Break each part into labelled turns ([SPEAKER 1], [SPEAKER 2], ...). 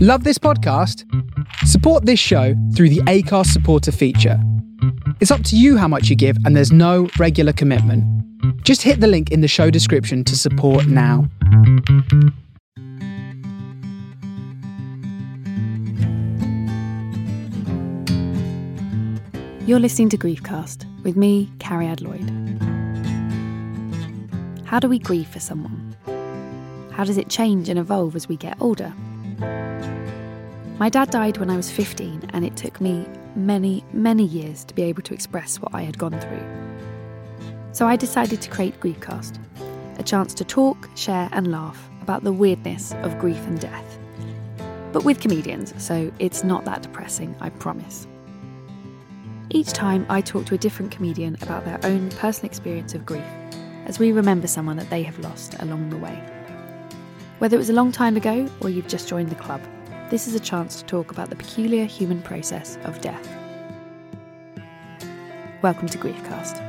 [SPEAKER 1] Love this podcast? Support this show through the ACARS supporter feature. It's up to you how much you give, and there's no regular commitment. Just hit the link in the show description to support now.
[SPEAKER 2] You're listening to Griefcast with me, Carrie Ad Lloyd. How do we grieve for someone? How does it change and evolve as we get older? My dad died when I was 15, and it took me many, many years to be able to express what I had gone through. So I decided to create Griefcast, a chance to talk, share, and laugh about the weirdness of grief and death. But with comedians, so it's not that depressing, I promise. Each time, I talk to a different comedian about their own personal experience of grief as we remember someone that they have lost along the way. Whether it was a long time ago or you've just joined the club, this is a chance to talk about the peculiar human process of death. Welcome to Griefcast.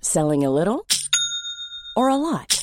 [SPEAKER 3] Selling a little or a lot?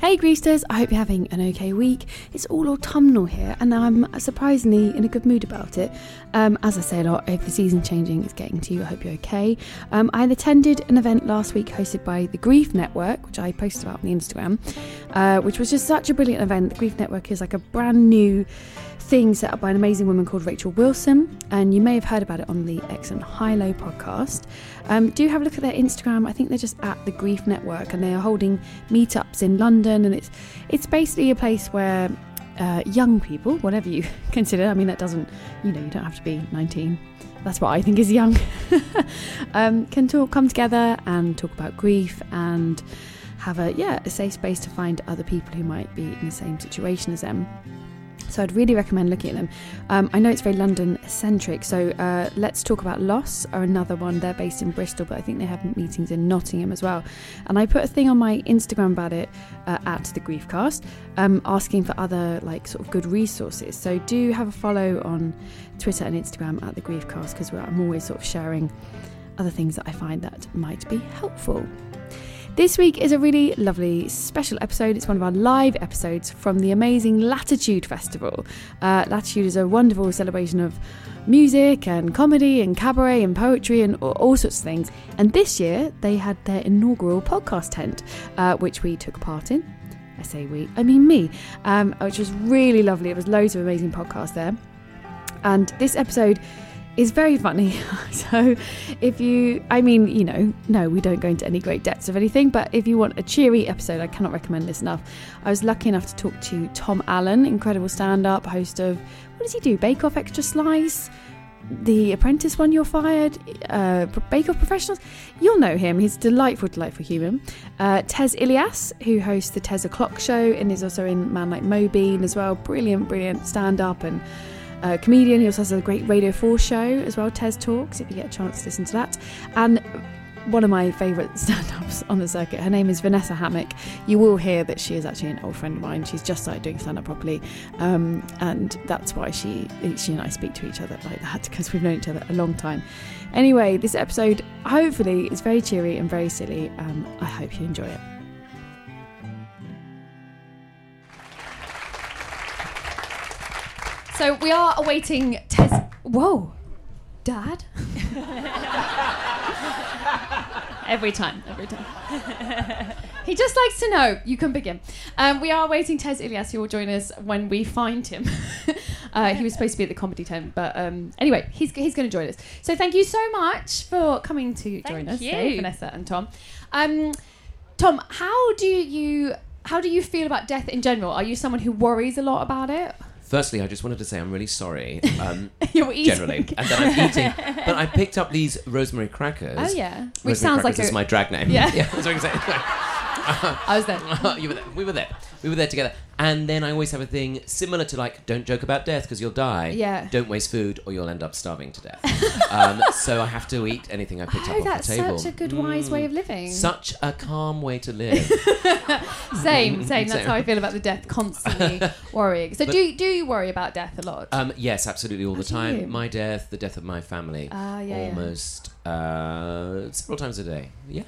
[SPEAKER 2] Hey Greasters, I hope you're having an okay week. It's all autumnal here and I'm surprisingly in a good mood about it. Um, as I say a lot, if the season changing is getting to you, I hope you're okay. Um, I attended an event last week hosted by the Grief Network, which I posted about on the Instagram, uh, which was just such a brilliant event. The Grief Network is like a brand new thing set up by an amazing woman called Rachel Wilson, and you may have heard about it on the excellent High Low podcast. Um, do have a look at their Instagram. I think they're just at the Grief Network, and they are holding meetups in London, and it's it's basically a place where uh, young people, whatever you consider, I mean that doesn't, you know, you don't have to be 19. That's what I think is young. um, can talk, come together, and talk about grief and. Have a yeah a safe space to find other people who might be in the same situation as them. So I'd really recommend looking at them. Um, I know it's very London centric, so uh, Let's Talk About Loss are another one. They're based in Bristol, but I think they have meetings in Nottingham as well. And I put a thing on my Instagram about it uh, at the Griefcast, um, asking for other like sort of good resources. So do have a follow on Twitter and Instagram at the Griefcast because I'm always sort of sharing other things that I find that might be helpful. This week is a really lovely special episode. It's one of our live episodes from the amazing Latitude Festival. Uh, Latitude is a wonderful celebration of music and comedy and cabaret and poetry and all sorts of things. And this year they had their inaugural podcast tent, uh, which we took part in. I say we, I mean me, um, which was really lovely. It was loads of amazing podcasts there. And this episode is very funny. so, if you, I mean, you know, no, we don't go into any great depths of anything, but if you want a cheery episode, I cannot recommend this enough. I was lucky enough to talk to Tom Allen, incredible stand up, host of, what does he do? Bake Off Extra Slice? The Apprentice When You're Fired, uh, Bake Off Professionals. You'll know him. He's a delightful, delightful human. Uh, Tez Ilias, who hosts the Tez O'Clock Show and is also in Man Like Mo Bean as well. Brilliant, brilliant stand up and uh, comedian. He also has a great Radio 4 show as well, Tez Talks, if you get a chance to listen to that. And
[SPEAKER 4] one of my favourite stand ups on the circuit. Her name is Vanessa Hammock. You will hear that she is actually an old friend of mine. She's just started doing stand up properly. Um, and that's why she, she and I speak to each other like that because we've known each other a long time. Anyway, this episode hopefully is very cheery and very silly. Um, I hope you enjoy it.
[SPEAKER 2] So we are awaiting Tez. Whoa, Dad. every time, every time. he just likes to know. You can begin. Um, we are awaiting Tez Ilias, who will join us when we find him. uh, he was supposed to be at the comedy tent, but um, anyway, he's he's going to join us. So thank you so much for coming to join
[SPEAKER 5] Thank
[SPEAKER 2] us,
[SPEAKER 5] you.
[SPEAKER 2] today, Vanessa and Tom. Um, Tom, how do you how do you feel about death in general? Are you someone who worries a lot about it?
[SPEAKER 6] Firstly, I just wanted to say I'm really sorry. Um,
[SPEAKER 2] You're eating.
[SPEAKER 6] generally, and that I'm eating, but I picked up these rosemary crackers.
[SPEAKER 2] Oh yeah,
[SPEAKER 6] Rosemary
[SPEAKER 2] which sounds like
[SPEAKER 6] crackers is
[SPEAKER 2] a-
[SPEAKER 6] my drag name.
[SPEAKER 2] Yeah.
[SPEAKER 6] yeah that's what I'm saying.
[SPEAKER 2] I was there.
[SPEAKER 6] you were there. We were there. We were there together. And then I always have a thing similar to like, don't joke about death because you'll die.
[SPEAKER 2] Yeah.
[SPEAKER 6] Don't waste food or you'll end up starving to death. um, so I have to eat anything I picked up
[SPEAKER 2] Oh,
[SPEAKER 6] off
[SPEAKER 2] that's
[SPEAKER 6] the table. Mm.
[SPEAKER 2] such a good, wise way of living.
[SPEAKER 6] Such a calm way to live.
[SPEAKER 2] same, same. That's
[SPEAKER 6] Same.
[SPEAKER 2] how I feel about the death. Constantly worrying. So do do you worry about death a lot?
[SPEAKER 6] um, yes, absolutely, all the
[SPEAKER 2] How do
[SPEAKER 6] time.
[SPEAKER 2] you?
[SPEAKER 6] My death, the death of my family.
[SPEAKER 2] Ah, yeah, yeah.
[SPEAKER 6] almost Uh, several times a day. Yeah.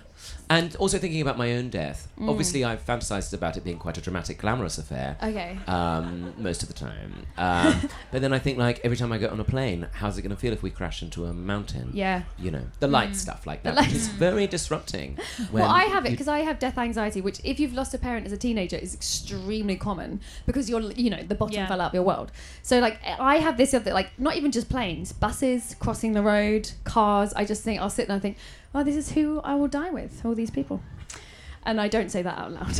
[SPEAKER 6] And also thinking about my own death.
[SPEAKER 2] Mm.
[SPEAKER 6] Obviously, I've fantasized about it being quite a dramatic, glamorous affair.
[SPEAKER 2] okay.
[SPEAKER 6] um, most of the time. Um, but then I think like every time I get on a plane, how's it going to feel if we crash into a mountain?
[SPEAKER 2] Yeah. Mm.
[SPEAKER 6] You know, the light stuff like that,
[SPEAKER 2] light-
[SPEAKER 6] which is very disrupting.
[SPEAKER 2] Well,
[SPEAKER 6] when
[SPEAKER 2] I have it
[SPEAKER 6] you-
[SPEAKER 2] because I have death anxiety, which, if you've lost a parent as a teenager, is extremely common because you're, you know, the bottom
[SPEAKER 5] Yeah.
[SPEAKER 2] fell out of your world. So, like, I have this other, like, not even just planes, buses, crossing the road, cars. I just think, I'll sit there and think, oh, this is who I will die with, all these people. And I don't say that out loud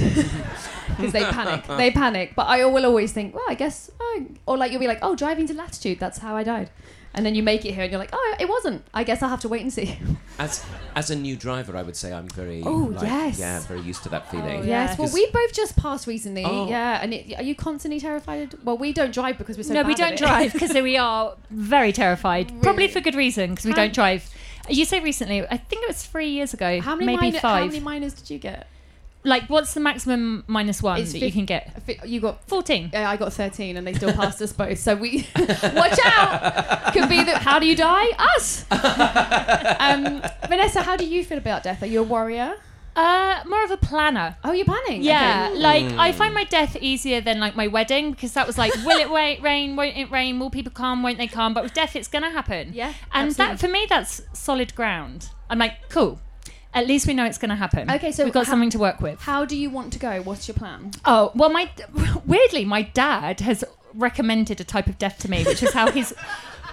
[SPEAKER 2] because they panic. They panic. But I will always think, well, I guess, oh. or like, you'll be like, oh, driving to latitude, that's how I died. And then you make it here and you're like, oh, it wasn't. I guess I'll have to wait and see.
[SPEAKER 6] as as a new driver, I would say I'm very
[SPEAKER 2] Oh,
[SPEAKER 6] like,
[SPEAKER 2] yes.
[SPEAKER 6] yeah, very used to that feeling.
[SPEAKER 5] Oh,
[SPEAKER 2] Yes,
[SPEAKER 5] Yeah.
[SPEAKER 2] well,
[SPEAKER 6] Because-
[SPEAKER 2] we both just passed recently.
[SPEAKER 6] Oh.
[SPEAKER 2] Yeah, and it, are you constantly terrified? Well, we don't drive because we're so
[SPEAKER 5] no,
[SPEAKER 2] bad
[SPEAKER 5] we
[SPEAKER 2] at
[SPEAKER 5] don't
[SPEAKER 2] it.
[SPEAKER 5] drive because we are very terrified. Probably
[SPEAKER 2] Really?
[SPEAKER 5] for good reason because we
[SPEAKER 2] How-
[SPEAKER 5] don't drive. You say recently, I think it was three years ago,
[SPEAKER 2] how many
[SPEAKER 5] maybe
[SPEAKER 2] minor,
[SPEAKER 5] five.
[SPEAKER 2] How many minors did you get?
[SPEAKER 5] like, what's the maximum minus one
[SPEAKER 2] It's
[SPEAKER 5] that you
[SPEAKER 2] fif-
[SPEAKER 5] can get?
[SPEAKER 2] I think You got.
[SPEAKER 5] 14.
[SPEAKER 2] Yeah, I got 13 and they still passed us both. So we, watch out! Could be that. How do you die? Us! um, Vanessa, how do you feel about death? Are you a worrier?
[SPEAKER 5] Uh, more of a planner.
[SPEAKER 2] Oh, you're planning?
[SPEAKER 5] Yeah,
[SPEAKER 2] Okay.
[SPEAKER 5] like I find my death easier than like my wedding because that was like, will it wait, rain? Won't it rain? Will people come? Won't they come? But with death, it's gonna happen.
[SPEAKER 2] Yeah,
[SPEAKER 5] and
[SPEAKER 2] absolutely.
[SPEAKER 5] that for me, that's solid ground. I'm like, cool. At least we know it's gonna happen.
[SPEAKER 2] Okay, so
[SPEAKER 5] we've got
[SPEAKER 2] ho-
[SPEAKER 5] something to work with.
[SPEAKER 2] How do you want to go? What's your plan?
[SPEAKER 5] Oh well, my weirdly, my dad has recommended a type of death to me, which is how his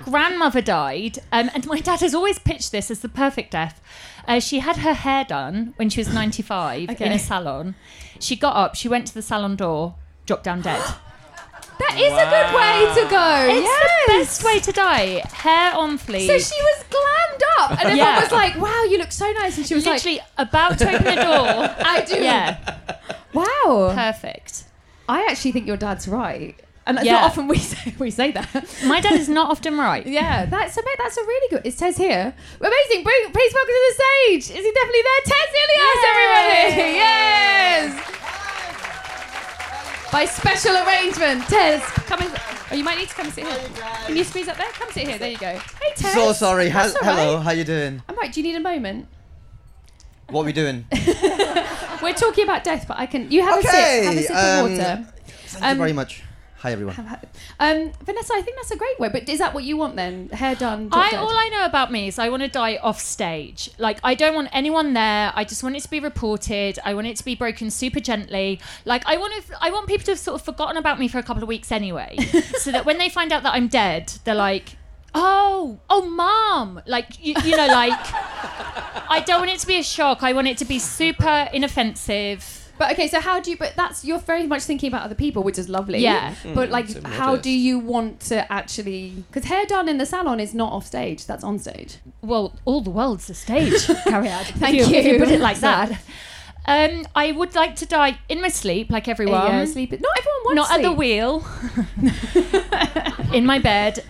[SPEAKER 5] grandmother died. Um, and my dad has always pitched this as the perfect death. Uh, she had her hair done when she was ninety-five in
[SPEAKER 2] Okay.
[SPEAKER 5] a salon. She got up, she went to the salon door, dropped down dead.
[SPEAKER 2] That is a good way to go.
[SPEAKER 5] Uh, It's
[SPEAKER 2] yes.
[SPEAKER 5] the best way to die. Hair on fleek.
[SPEAKER 2] So she was glammed up, and everyone
[SPEAKER 5] Yeah.
[SPEAKER 2] was like, "Wow, you look so nice," and she was
[SPEAKER 5] literally about to open the door.
[SPEAKER 2] like, "I do."
[SPEAKER 5] yeah,
[SPEAKER 2] Wow.
[SPEAKER 5] perfect.
[SPEAKER 2] I actually think your dad's right, and it's
[SPEAKER 5] Yeah.
[SPEAKER 2] not often we say we say that.
[SPEAKER 5] My dad is not often right.
[SPEAKER 2] yeah, that's a bit- that's a really good. It says here, amazing. Bring, please welcome to the stage. Is he definitely there? Tess Ilias, everybody. Yes. By special arrangement, Tez, come and. Oh, you might need to come and sit here. Can you squeeze up there? Come sit here. There you go. Hey, Tez.
[SPEAKER 7] So sorry. He-
[SPEAKER 2] That's all
[SPEAKER 7] Hello,
[SPEAKER 2] right.
[SPEAKER 7] how you doing?
[SPEAKER 2] I'm right. Do you need a moment?
[SPEAKER 7] What are we doing?
[SPEAKER 2] We're talking about death, but I can. You have a sip. Have a
[SPEAKER 7] Okay,
[SPEAKER 2] sip
[SPEAKER 7] um,
[SPEAKER 2] of water.
[SPEAKER 7] Thank you very much. Hi everyone.
[SPEAKER 2] Um, Vanessa, I think that's a great way. But is that what you want then? Hair done. drop
[SPEAKER 5] I
[SPEAKER 2] dead?
[SPEAKER 5] all I know about me is I want to die off stage. Like I don't want anyone there. I just want it to be reported. I want it to be broken super gently. Like I want to, I want people to have sort of forgotten about me for a couple of weeks anyway, so that when they find out that I'm dead, they're like, "Oh, oh, mom!" Like you, you know, like I don't want it to be a shock. I want it to be super inoffensive.
[SPEAKER 2] But okay, so how do you? But that's you're very much thinking about other people, which is lovely.
[SPEAKER 5] Yeah.
[SPEAKER 2] But like,
[SPEAKER 6] so
[SPEAKER 2] how
[SPEAKER 6] modest.
[SPEAKER 2] do you want to actually? Because hair done in the salon is not off stage. That's on stage.
[SPEAKER 5] well, all the world's a stage, Carriad.
[SPEAKER 2] Thank
[SPEAKER 5] if If
[SPEAKER 2] you.
[SPEAKER 5] you put it like that. Um, I would like to die in my sleep, like everyone.
[SPEAKER 2] yeah, sleep. Not everyone wants
[SPEAKER 5] Not at the
[SPEAKER 2] sleep.
[SPEAKER 5] wheel. in my bed. I-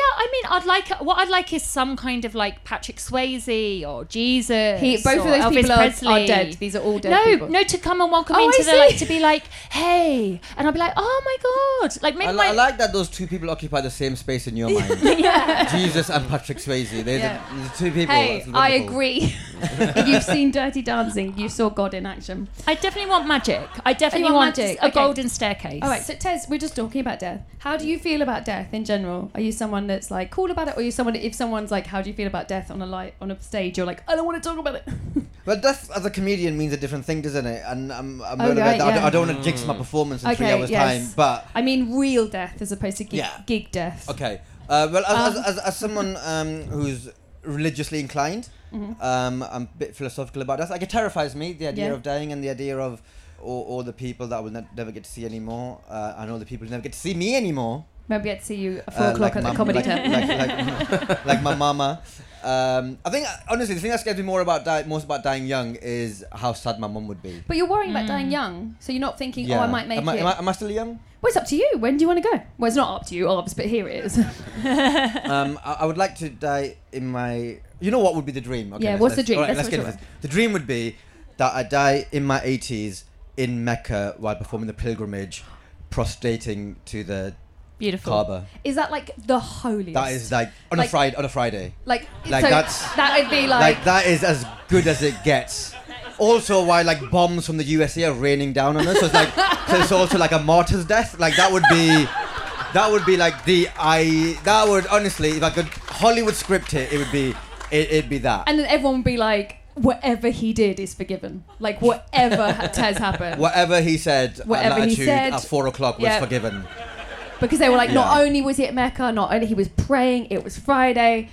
[SPEAKER 5] Yeah, I mean, I'd like what I'd like is some kind of like Patrick Swayze or Jesus.
[SPEAKER 2] He, both of
[SPEAKER 5] or
[SPEAKER 2] those
[SPEAKER 5] Elvis
[SPEAKER 2] people are,
[SPEAKER 5] Presley.
[SPEAKER 2] are dead. These are all dead
[SPEAKER 5] no,
[SPEAKER 2] people.
[SPEAKER 5] no, to come and welcome me
[SPEAKER 2] Oh,
[SPEAKER 5] into
[SPEAKER 2] I
[SPEAKER 5] the like
[SPEAKER 2] see.
[SPEAKER 5] to be like, hey, and I'd be like, oh my god, like maybe
[SPEAKER 7] I, li-
[SPEAKER 5] my
[SPEAKER 7] I like that those two people occupy the same space in your mind. Jesus and Patrick Swayze. They're
[SPEAKER 2] Yeah.
[SPEAKER 7] the, the two people.
[SPEAKER 2] Hey,
[SPEAKER 7] That's
[SPEAKER 2] I
[SPEAKER 7] wonderful.
[SPEAKER 2] agree. if you've seen Dirty Dancing, you saw God in action.
[SPEAKER 5] I definitely want magic. I definitely
[SPEAKER 2] want
[SPEAKER 5] want,
[SPEAKER 2] magic,
[SPEAKER 5] a
[SPEAKER 2] okay.
[SPEAKER 5] golden staircase.
[SPEAKER 2] All right, so Tez, we're just talking about death. How do you feel about death in general? Are you someone that's like cool about it, or are you someone if someone's like, how do you feel about death on a light on a stage? You're like, I don't want to talk about it.
[SPEAKER 7] But death as a comedian means a different thing, doesn't it? And I'm, I'm
[SPEAKER 2] Oh,
[SPEAKER 7] aware
[SPEAKER 2] right,
[SPEAKER 7] of that. I, don't,
[SPEAKER 2] yeah.
[SPEAKER 7] I don't want to jinx my performance in three
[SPEAKER 2] Okay,
[SPEAKER 7] hours'
[SPEAKER 2] yes.
[SPEAKER 7] time. But
[SPEAKER 2] I mean, real death as opposed to gig,
[SPEAKER 7] Yeah.
[SPEAKER 2] gig death.
[SPEAKER 7] Okay. Uh, well, as,
[SPEAKER 2] Um,
[SPEAKER 7] as, as, as someone um, who's religiously inclined, um, I'm a bit philosophical about that. Like, it terrifies me the idea
[SPEAKER 2] Mm-hmm. Yeah.
[SPEAKER 7] of dying and the idea of all, all the people that I will ne- never get to see anymore, uh, and all the people who never get to see me anymore.
[SPEAKER 2] Maybe I'd see you at four
[SPEAKER 7] uh,
[SPEAKER 2] o'clock at the
[SPEAKER 7] mum-
[SPEAKER 2] comedy
[SPEAKER 7] like,
[SPEAKER 2] tent.
[SPEAKER 7] like, like, like my mama. Um, I think, uh, honestly, the thing that scares me more about di- most about dying young is how sad my mum would be.
[SPEAKER 2] but you're worrying about dying young, so you're not thinking, oh, I might make
[SPEAKER 7] am I,
[SPEAKER 2] it.
[SPEAKER 7] Am I, am I still young?
[SPEAKER 2] well, it's up to you. When do you want to go? Well, it's not up to you, obviously, but here it is.
[SPEAKER 7] um, I, I would like to die in my. You know what would be the dream?
[SPEAKER 2] Yeah,
[SPEAKER 7] let's-
[SPEAKER 2] what's the
[SPEAKER 7] let's-
[SPEAKER 2] dream?
[SPEAKER 7] all right,
[SPEAKER 2] That's
[SPEAKER 7] let's
[SPEAKER 2] what
[SPEAKER 7] get
[SPEAKER 2] you
[SPEAKER 7] into this. The dream would be that I die in my 80s in Mecca while performing the pilgrimage, prostrating to the
[SPEAKER 5] Beautiful.
[SPEAKER 7] Kaaba.
[SPEAKER 2] is that like the holiest?
[SPEAKER 7] That is like on
[SPEAKER 2] Like-
[SPEAKER 7] a Friday. On a Friday.
[SPEAKER 2] like,
[SPEAKER 7] like
[SPEAKER 2] so
[SPEAKER 7] that's-
[SPEAKER 2] that would be
[SPEAKER 7] Like,
[SPEAKER 2] like,
[SPEAKER 7] that is as good as it gets. Also, why like bombs from the USA are raining down on us? So it's like so it's also like a martyr's death. Like that would be. That would be like the I. That would honestly, if I could Hollywood script it, it would be, it, it'd be that.
[SPEAKER 2] and then everyone would be like, whatever he did is forgiven. Like whatever ha- has happened.
[SPEAKER 7] Whatever he said,
[SPEAKER 2] Whatever
[SPEAKER 7] an
[SPEAKER 2] he
[SPEAKER 7] attitude
[SPEAKER 2] said.
[SPEAKER 7] at four o'clock was
[SPEAKER 2] Yeah.
[SPEAKER 7] forgiven.
[SPEAKER 2] Because they were like, not
[SPEAKER 7] Yeah.
[SPEAKER 2] only was he at Mecca, not only he was praying, it was Friday.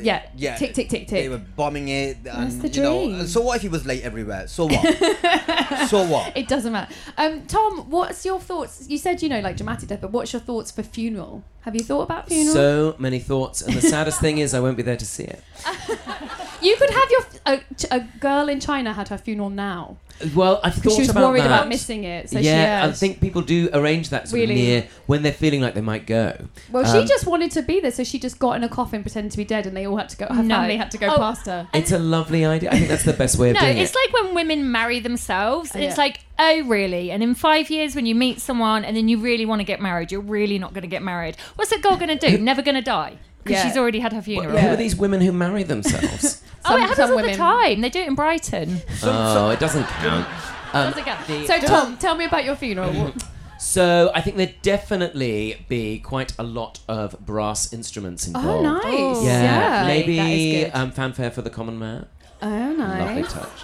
[SPEAKER 2] Yeah,
[SPEAKER 7] Yeah,
[SPEAKER 2] tick, tick, tick,
[SPEAKER 7] They
[SPEAKER 2] tick.
[SPEAKER 7] were bombing it, and
[SPEAKER 2] the
[SPEAKER 7] you know. uh,
[SPEAKER 2] dream.
[SPEAKER 7] So what if he was late everywhere? So what? so what?
[SPEAKER 2] It doesn't matter. Um, Tom, what's your thoughts? You said you know like dramatic death, but what's your thoughts for funeral? Have you thought about funeral?
[SPEAKER 6] So many thoughts, and the saddest thing is I won't be there to see it.
[SPEAKER 2] you could have your a, a girl in China had her funeral now.
[SPEAKER 6] Well, I've thought
[SPEAKER 2] She was
[SPEAKER 6] about
[SPEAKER 2] worried
[SPEAKER 6] that.
[SPEAKER 2] about missing it. So she,
[SPEAKER 6] yeah,
[SPEAKER 2] yeah,
[SPEAKER 6] I think people do arrange that sort
[SPEAKER 2] Really?
[SPEAKER 6] of near when they're feeling like they might go.
[SPEAKER 2] Well, she
[SPEAKER 6] Um,
[SPEAKER 2] just wanted to be there, so she just got in a coffin, pretended to be dead, and they all had to go. Her
[SPEAKER 5] No.
[SPEAKER 2] family had to go
[SPEAKER 5] Oh.
[SPEAKER 2] past her.
[SPEAKER 6] It's a lovely idea. I think that's the best way of
[SPEAKER 5] No,
[SPEAKER 6] doing
[SPEAKER 5] it's
[SPEAKER 6] it.
[SPEAKER 5] like when women marry themselves.
[SPEAKER 2] Oh,
[SPEAKER 5] It's
[SPEAKER 2] yeah.
[SPEAKER 5] like, oh, really? And in five years, when you meet someone and then you really want to get married, you're really not going to get married. What's that girl going to do? Never going to die because
[SPEAKER 2] Yeah.
[SPEAKER 5] she's already had her funeral.
[SPEAKER 6] Who
[SPEAKER 2] Yeah.
[SPEAKER 6] are these women who marry themselves?
[SPEAKER 5] Oh,
[SPEAKER 2] Some-
[SPEAKER 5] it happens
[SPEAKER 2] some
[SPEAKER 5] all the
[SPEAKER 2] women-
[SPEAKER 5] time. They do it in Brighton.
[SPEAKER 6] oh, it doesn't count. Um,
[SPEAKER 5] Doesn't count.
[SPEAKER 6] the-
[SPEAKER 2] So Tom, tell me about your funeral. What-
[SPEAKER 6] Mm. So I think there'd definitely be quite a lot of brass instruments
[SPEAKER 2] oh,
[SPEAKER 6] involved.
[SPEAKER 2] nice.
[SPEAKER 6] Yeah,
[SPEAKER 2] Yeah, That is
[SPEAKER 6] maybe
[SPEAKER 2] good.
[SPEAKER 6] um, fanfare for the common man.
[SPEAKER 2] oh,
[SPEAKER 6] Lovely
[SPEAKER 2] nice.
[SPEAKER 6] touch.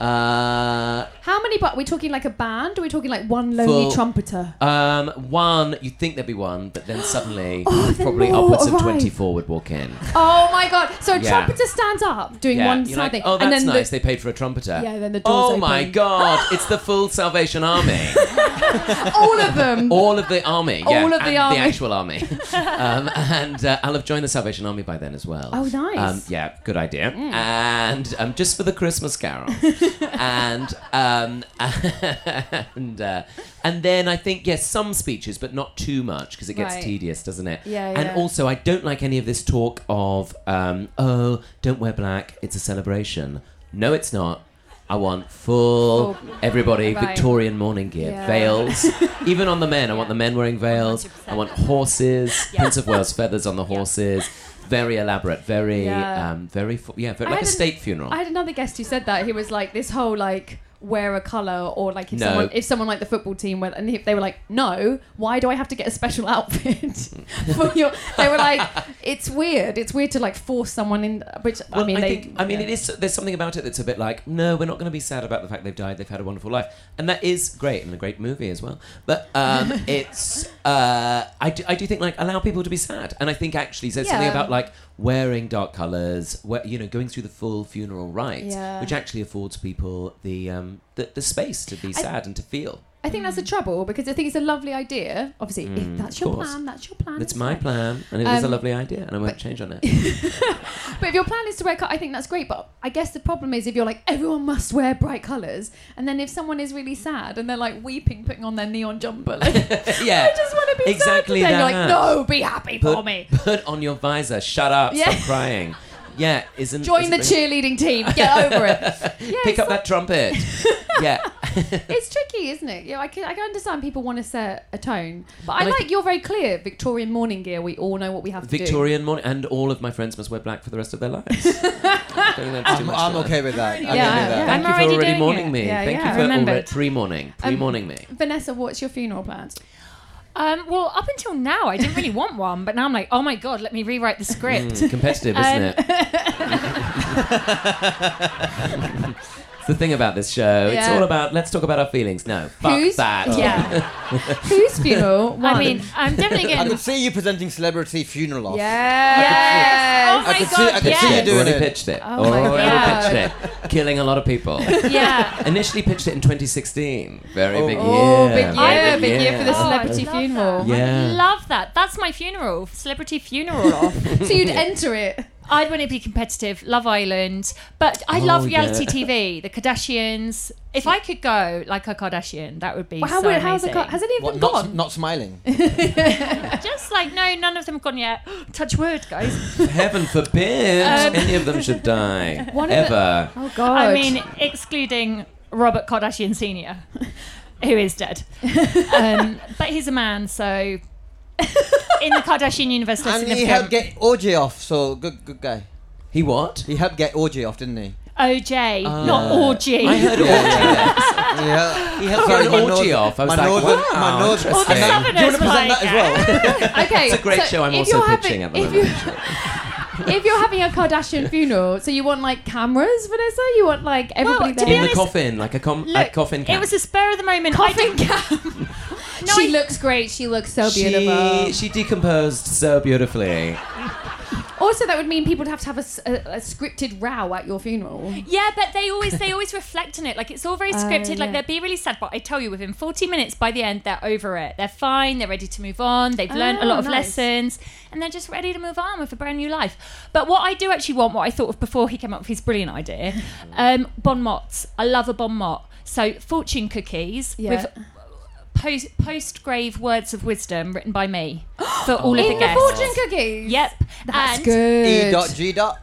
[SPEAKER 6] Uh,
[SPEAKER 2] How many? But we're talking like a band. Or are we talking like one lonely
[SPEAKER 6] Full-
[SPEAKER 2] trumpeter?
[SPEAKER 6] um, one, you'd think there'd be one, but then suddenly
[SPEAKER 2] Oh, then
[SPEAKER 6] probably
[SPEAKER 2] more
[SPEAKER 6] upwards
[SPEAKER 2] arrive.
[SPEAKER 6] of 24 would walk in.
[SPEAKER 2] Oh my god! So a
[SPEAKER 6] Yeah.
[SPEAKER 2] trumpeter stands up doing one
[SPEAKER 6] you're
[SPEAKER 2] side
[SPEAKER 6] like,
[SPEAKER 2] thing,
[SPEAKER 6] oh,
[SPEAKER 2] and
[SPEAKER 6] that's
[SPEAKER 2] then
[SPEAKER 6] nice.
[SPEAKER 2] the,
[SPEAKER 6] They paid for a trumpeter.
[SPEAKER 2] Yeah, then the
[SPEAKER 6] Oh
[SPEAKER 2] doors
[SPEAKER 6] my
[SPEAKER 2] open.
[SPEAKER 6] God! it's the full Salvation Army.
[SPEAKER 2] all of them.
[SPEAKER 6] All of the army. yeah,
[SPEAKER 2] Um, All of the
[SPEAKER 6] and
[SPEAKER 2] army.
[SPEAKER 6] The actual army. um, and uh, I'll have joined the Salvation Army by then as well.
[SPEAKER 2] Oh, nice.
[SPEAKER 6] Um, yeah, good idea. And um, just for the Christmas Carol. and um, and uh, and then I think yes, some speeches, but not too much because it gets
[SPEAKER 2] Right.
[SPEAKER 6] tedious, doesn't it?
[SPEAKER 2] Yeah,
[SPEAKER 6] And
[SPEAKER 2] yeah.
[SPEAKER 6] also, I don't like any of this talk of um, oh, don't wear black. It's a celebration. No, it's not. I want full
[SPEAKER 2] Full-
[SPEAKER 6] everybody
[SPEAKER 2] Right.
[SPEAKER 6] Victorian morning gear,
[SPEAKER 2] Yeah.
[SPEAKER 6] veils. Even on the men, I want the men wearing veils. I want horses, Prince of Wales feathers on the horses. Very elaborate, very,
[SPEAKER 2] Yeah.
[SPEAKER 6] um, very, fu- yeah, very,
[SPEAKER 2] I
[SPEAKER 6] like a
[SPEAKER 2] had an-
[SPEAKER 6] state funeral.
[SPEAKER 2] I had another guest who said that he was like this whole like wear a color or like if
[SPEAKER 6] No.
[SPEAKER 2] someone if someone like the football team went and if they were like no why do I have to get a special outfit for your they were like it's weird it's weird to like force someone in which I
[SPEAKER 6] Well,
[SPEAKER 2] mean they
[SPEAKER 6] think, I mean,
[SPEAKER 2] yeah.
[SPEAKER 6] it is. There's something about it that's a bit like, no, we're not going to be sad about the fact they've died. They've had a wonderful life, and that is great and a great movie as well. But um, it's, uh, I, do, I do think like allow people to be sad, and I think actually there's something
[SPEAKER 2] Yeah.
[SPEAKER 6] about like wearing dark colours, where, you know, going through the full funeral rites,
[SPEAKER 2] Yeah.
[SPEAKER 6] which actually affords people the um, the, the space to be sad and to feel.
[SPEAKER 2] I think that's the trouble because I think it's a lovely idea. Obviously, if that's
[SPEAKER 6] Mm, of
[SPEAKER 2] your
[SPEAKER 6] course.
[SPEAKER 2] plan, that's your plan.
[SPEAKER 6] That's
[SPEAKER 2] it's
[SPEAKER 6] my
[SPEAKER 2] fine.
[SPEAKER 6] plan, and it is a
[SPEAKER 2] Um,
[SPEAKER 6] lovely idea, and I won't change on it.
[SPEAKER 2] But if your plan is to wear, co- I think that's great. But I guess the problem is if you're like everyone must wear bright colours, and then if someone is really sad and they're like weeping, putting on their neon jumper, like
[SPEAKER 6] yeah,
[SPEAKER 2] I just want to be
[SPEAKER 6] exactly
[SPEAKER 2] sad. Today. You're
[SPEAKER 6] that.
[SPEAKER 2] like, no, be happy
[SPEAKER 6] put,
[SPEAKER 2] for me.
[SPEAKER 6] put on your visor. Shut up.
[SPEAKER 2] Yeah.
[SPEAKER 6] Stop crying. Yeah, isn't
[SPEAKER 2] Join
[SPEAKER 6] isn't
[SPEAKER 2] the
[SPEAKER 6] it-
[SPEAKER 2] cheerleading team. Get over it. Yeah,
[SPEAKER 6] Pick
[SPEAKER 2] it's
[SPEAKER 6] up
[SPEAKER 2] like-
[SPEAKER 6] that trumpet. yeah.
[SPEAKER 2] It's tricky, isn't it? Yeah, I can, I can understand people want to set a tone, but I
[SPEAKER 6] And I
[SPEAKER 2] like
[SPEAKER 6] think-
[SPEAKER 2] you're very clear. Victorian morning gear. We all know what we have
[SPEAKER 6] Victorian morning, and all of my friends must wear black for the rest of their lives. I don't think that's too
[SPEAKER 7] I'm,
[SPEAKER 6] much
[SPEAKER 7] I'm
[SPEAKER 6] to add.
[SPEAKER 7] okay with that. I
[SPEAKER 2] Yeah,
[SPEAKER 7] can do that.
[SPEAKER 6] Thank
[SPEAKER 5] I'm
[SPEAKER 6] you for
[SPEAKER 5] already doing
[SPEAKER 6] already morning
[SPEAKER 5] it.
[SPEAKER 6] me.
[SPEAKER 2] Yeah,
[SPEAKER 6] Thank
[SPEAKER 2] yeah. Um,
[SPEAKER 6] you for
[SPEAKER 5] Remembered.
[SPEAKER 6] already pre-morning, pre-morning me.
[SPEAKER 2] to do. Vanessa, what's your funeral plans?
[SPEAKER 5] Um, well, up until now, I didn't really want one, but now I'm like, oh my god, let me rewrite the script.
[SPEAKER 6] Competitive, isn't
[SPEAKER 5] Um,
[SPEAKER 6] it? it's the thing about this show. It's
[SPEAKER 2] Yeah.
[SPEAKER 6] all about let's talk about our feelings. No, fuck
[SPEAKER 2] Who's-
[SPEAKER 6] that.
[SPEAKER 5] yeah,
[SPEAKER 2] Whose funeral?
[SPEAKER 5] I
[SPEAKER 2] One.
[SPEAKER 5] mean, I'm definitely
[SPEAKER 7] I
[SPEAKER 5] getting.
[SPEAKER 7] could see you presenting celebrity funeral off.
[SPEAKER 5] Yes. Oh
[SPEAKER 7] I
[SPEAKER 5] my
[SPEAKER 7] could see- I
[SPEAKER 5] god.
[SPEAKER 7] could see
[SPEAKER 5] yes.
[SPEAKER 7] you doing
[SPEAKER 6] already
[SPEAKER 7] it.
[SPEAKER 6] pitched it.
[SPEAKER 2] Oh my
[SPEAKER 6] already
[SPEAKER 5] God.
[SPEAKER 6] pitched it. Killing a lot of people.
[SPEAKER 5] Yeah.
[SPEAKER 6] Initially pitched it in 2016. Very
[SPEAKER 7] Oh.
[SPEAKER 6] big year.
[SPEAKER 2] Oh, big year,
[SPEAKER 6] Very
[SPEAKER 2] big year for the
[SPEAKER 5] Oh, I
[SPEAKER 2] celebrity
[SPEAKER 5] love that.
[SPEAKER 2] funeral.
[SPEAKER 6] Yeah.
[SPEAKER 5] I love that. That's my funeral, celebrity funeral off.
[SPEAKER 2] So you'd enter it.
[SPEAKER 5] I'd want to be competitive, Love Island, but I
[SPEAKER 6] Oh,
[SPEAKER 5] love
[SPEAKER 6] yeah.
[SPEAKER 5] reality TV, the Kardashians. If I could go like a Kardashian, that would be
[SPEAKER 2] Well, how
[SPEAKER 5] so
[SPEAKER 2] would, how's it
[SPEAKER 5] amazing.
[SPEAKER 2] got? Has it even
[SPEAKER 7] What,
[SPEAKER 2] gone?
[SPEAKER 7] not, not smiling.
[SPEAKER 5] Just like no, none of them have gone yet. Touch wood, guys.
[SPEAKER 6] Heaven forbid
[SPEAKER 5] Um,
[SPEAKER 6] any of them should die.
[SPEAKER 2] One of the-
[SPEAKER 6] ever.
[SPEAKER 2] oh God!
[SPEAKER 5] I mean, excluding Robert Kardashian Senior, who is dead. Um, but he's a man, so in the Kardashian universe, that's
[SPEAKER 7] and he helped
[SPEAKER 5] significant.
[SPEAKER 7] get OJ off, so good good guy.
[SPEAKER 6] He what? Uh,
[SPEAKER 7] He helped get OJ off, didn't he?
[SPEAKER 5] OJ, not orgy.
[SPEAKER 6] I heard orgy.
[SPEAKER 7] Yeah. He helped
[SPEAKER 6] Sorry,
[SPEAKER 7] my
[SPEAKER 6] orgy
[SPEAKER 7] nose-
[SPEAKER 6] off. I was
[SPEAKER 7] my
[SPEAKER 6] like,
[SPEAKER 7] nose-
[SPEAKER 6] wow,
[SPEAKER 7] my nose-
[SPEAKER 6] interesting. All the
[SPEAKER 7] Do you wanna
[SPEAKER 5] Southerners
[SPEAKER 7] present that
[SPEAKER 5] like
[SPEAKER 7] as well?
[SPEAKER 2] okay.
[SPEAKER 6] It's a great
[SPEAKER 2] so
[SPEAKER 6] show. I'm
[SPEAKER 2] if
[SPEAKER 6] also
[SPEAKER 2] you're
[SPEAKER 6] pitching at the
[SPEAKER 2] if
[SPEAKER 6] moment.
[SPEAKER 2] you- if you're having a Kardashian funeral, so you want like cameras, Vanessa? You want like everybody
[SPEAKER 5] Well, to be
[SPEAKER 2] there?
[SPEAKER 6] In the
[SPEAKER 5] honest-
[SPEAKER 6] coffin, like a, com-
[SPEAKER 5] Look,
[SPEAKER 6] a coffin
[SPEAKER 5] It
[SPEAKER 6] cam.
[SPEAKER 5] was a spur of the moment. I
[SPEAKER 2] Coffin
[SPEAKER 5] didn't-
[SPEAKER 2] cam.
[SPEAKER 5] No,
[SPEAKER 2] she
[SPEAKER 5] I-
[SPEAKER 2] looks great. She looks so
[SPEAKER 6] she,
[SPEAKER 2] beautiful.
[SPEAKER 6] she decomposed so beautifully.
[SPEAKER 2] Also, that would mean people would have to have a, s- a- a scripted row at your funeral.
[SPEAKER 5] Yeah, but they always they always reflect on it. Like it's all very scripted. Like
[SPEAKER 2] Oh, yeah.
[SPEAKER 5] they'll be really sad, but I tell you, within forty minutes, by the end, they're over it. They're fine. They're ready to move on. They've learned a
[SPEAKER 2] Oh,
[SPEAKER 5] lot of
[SPEAKER 2] nice.
[SPEAKER 5] lessons, and they're just ready to move on with a brand new life. But what I do actually want, what I thought of before he came up with his brilliant idea,
[SPEAKER 2] Mm.
[SPEAKER 5] um, bon mots. I love a bon mot. So fortune cookies
[SPEAKER 2] Yeah.
[SPEAKER 5] with post post grave words of wisdom written by me for all of the
[SPEAKER 2] In the
[SPEAKER 5] guests.
[SPEAKER 2] fortune cookies.
[SPEAKER 5] Yep,
[SPEAKER 2] Oh, That's
[SPEAKER 5] and,
[SPEAKER 2] good.
[SPEAKER 7] E dot G dot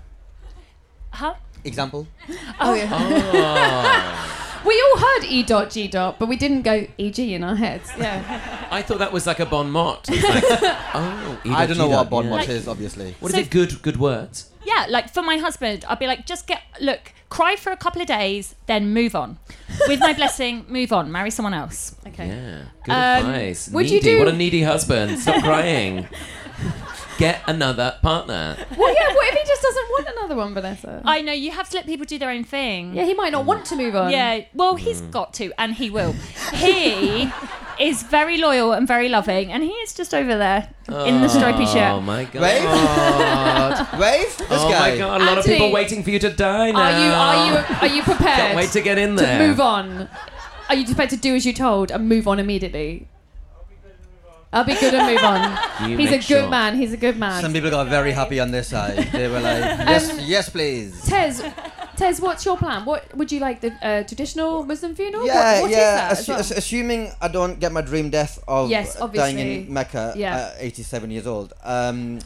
[SPEAKER 5] Huh?
[SPEAKER 7] example.
[SPEAKER 2] Oh, yeah. we all heard E dot G dot, but we didn't go E G in our heads. Yeah.
[SPEAKER 6] I thought that was like a bon mot. It's like, oh,
[SPEAKER 7] I don't know what bon
[SPEAKER 6] mot.
[SPEAKER 7] mot
[SPEAKER 5] Like-
[SPEAKER 7] is, obviously.
[SPEAKER 6] What is it? Good, good words.
[SPEAKER 5] Yeah, like for my husband, I'd be like, just get look, cry for a couple of days, then move on. With my blessing, move on, marry someone else.
[SPEAKER 2] Okay.
[SPEAKER 6] Yeah, good
[SPEAKER 5] Um,
[SPEAKER 6] advice.
[SPEAKER 2] would you
[SPEAKER 6] needy.
[SPEAKER 2] do-
[SPEAKER 6] What a needy husband. Stop crying. Get another partner.
[SPEAKER 2] Well, yeah. What if he just doesn't want another one, Vanessa?
[SPEAKER 5] I know you have to let people do their own thing.
[SPEAKER 2] Oh. yeah, he might not want to move on.
[SPEAKER 5] Yeah, well, he's
[SPEAKER 6] Mm.
[SPEAKER 5] got to, and he will. He is very loyal and very loving, and he is just over there in the stripy
[SPEAKER 6] Oh
[SPEAKER 5] shirt.
[SPEAKER 6] my god.
[SPEAKER 7] Wave? Wave? This
[SPEAKER 6] Oh
[SPEAKER 7] guy.
[SPEAKER 6] my god. A lot of
[SPEAKER 2] Anthony.
[SPEAKER 6] people waiting for you to die now.
[SPEAKER 2] Are you are you are you prepared
[SPEAKER 6] Can't wait to get in
[SPEAKER 2] to
[SPEAKER 6] there.
[SPEAKER 2] move on? Are you prepared to do as you told and move on immediately? I'll be good and move on.
[SPEAKER 6] You
[SPEAKER 2] He's a
[SPEAKER 6] make
[SPEAKER 2] good
[SPEAKER 6] sure.
[SPEAKER 2] man. He's a good man.
[SPEAKER 7] Some people got very happy on this side. They were like, yes,
[SPEAKER 2] Um,
[SPEAKER 7] yes, please.
[SPEAKER 2] Tez, Tez, what's your plan? What would you like the uh, traditional Muslim funeral?
[SPEAKER 7] Yeah,
[SPEAKER 2] what, what is
[SPEAKER 7] yeah.
[SPEAKER 2] that as
[SPEAKER 7] assu-
[SPEAKER 2] well?
[SPEAKER 7] ass- assuming I don't get my dream death of
[SPEAKER 2] Yes,
[SPEAKER 7] dying
[SPEAKER 2] obviously.
[SPEAKER 7] in Mecca
[SPEAKER 2] Yeah.
[SPEAKER 7] at 87 years old. Um,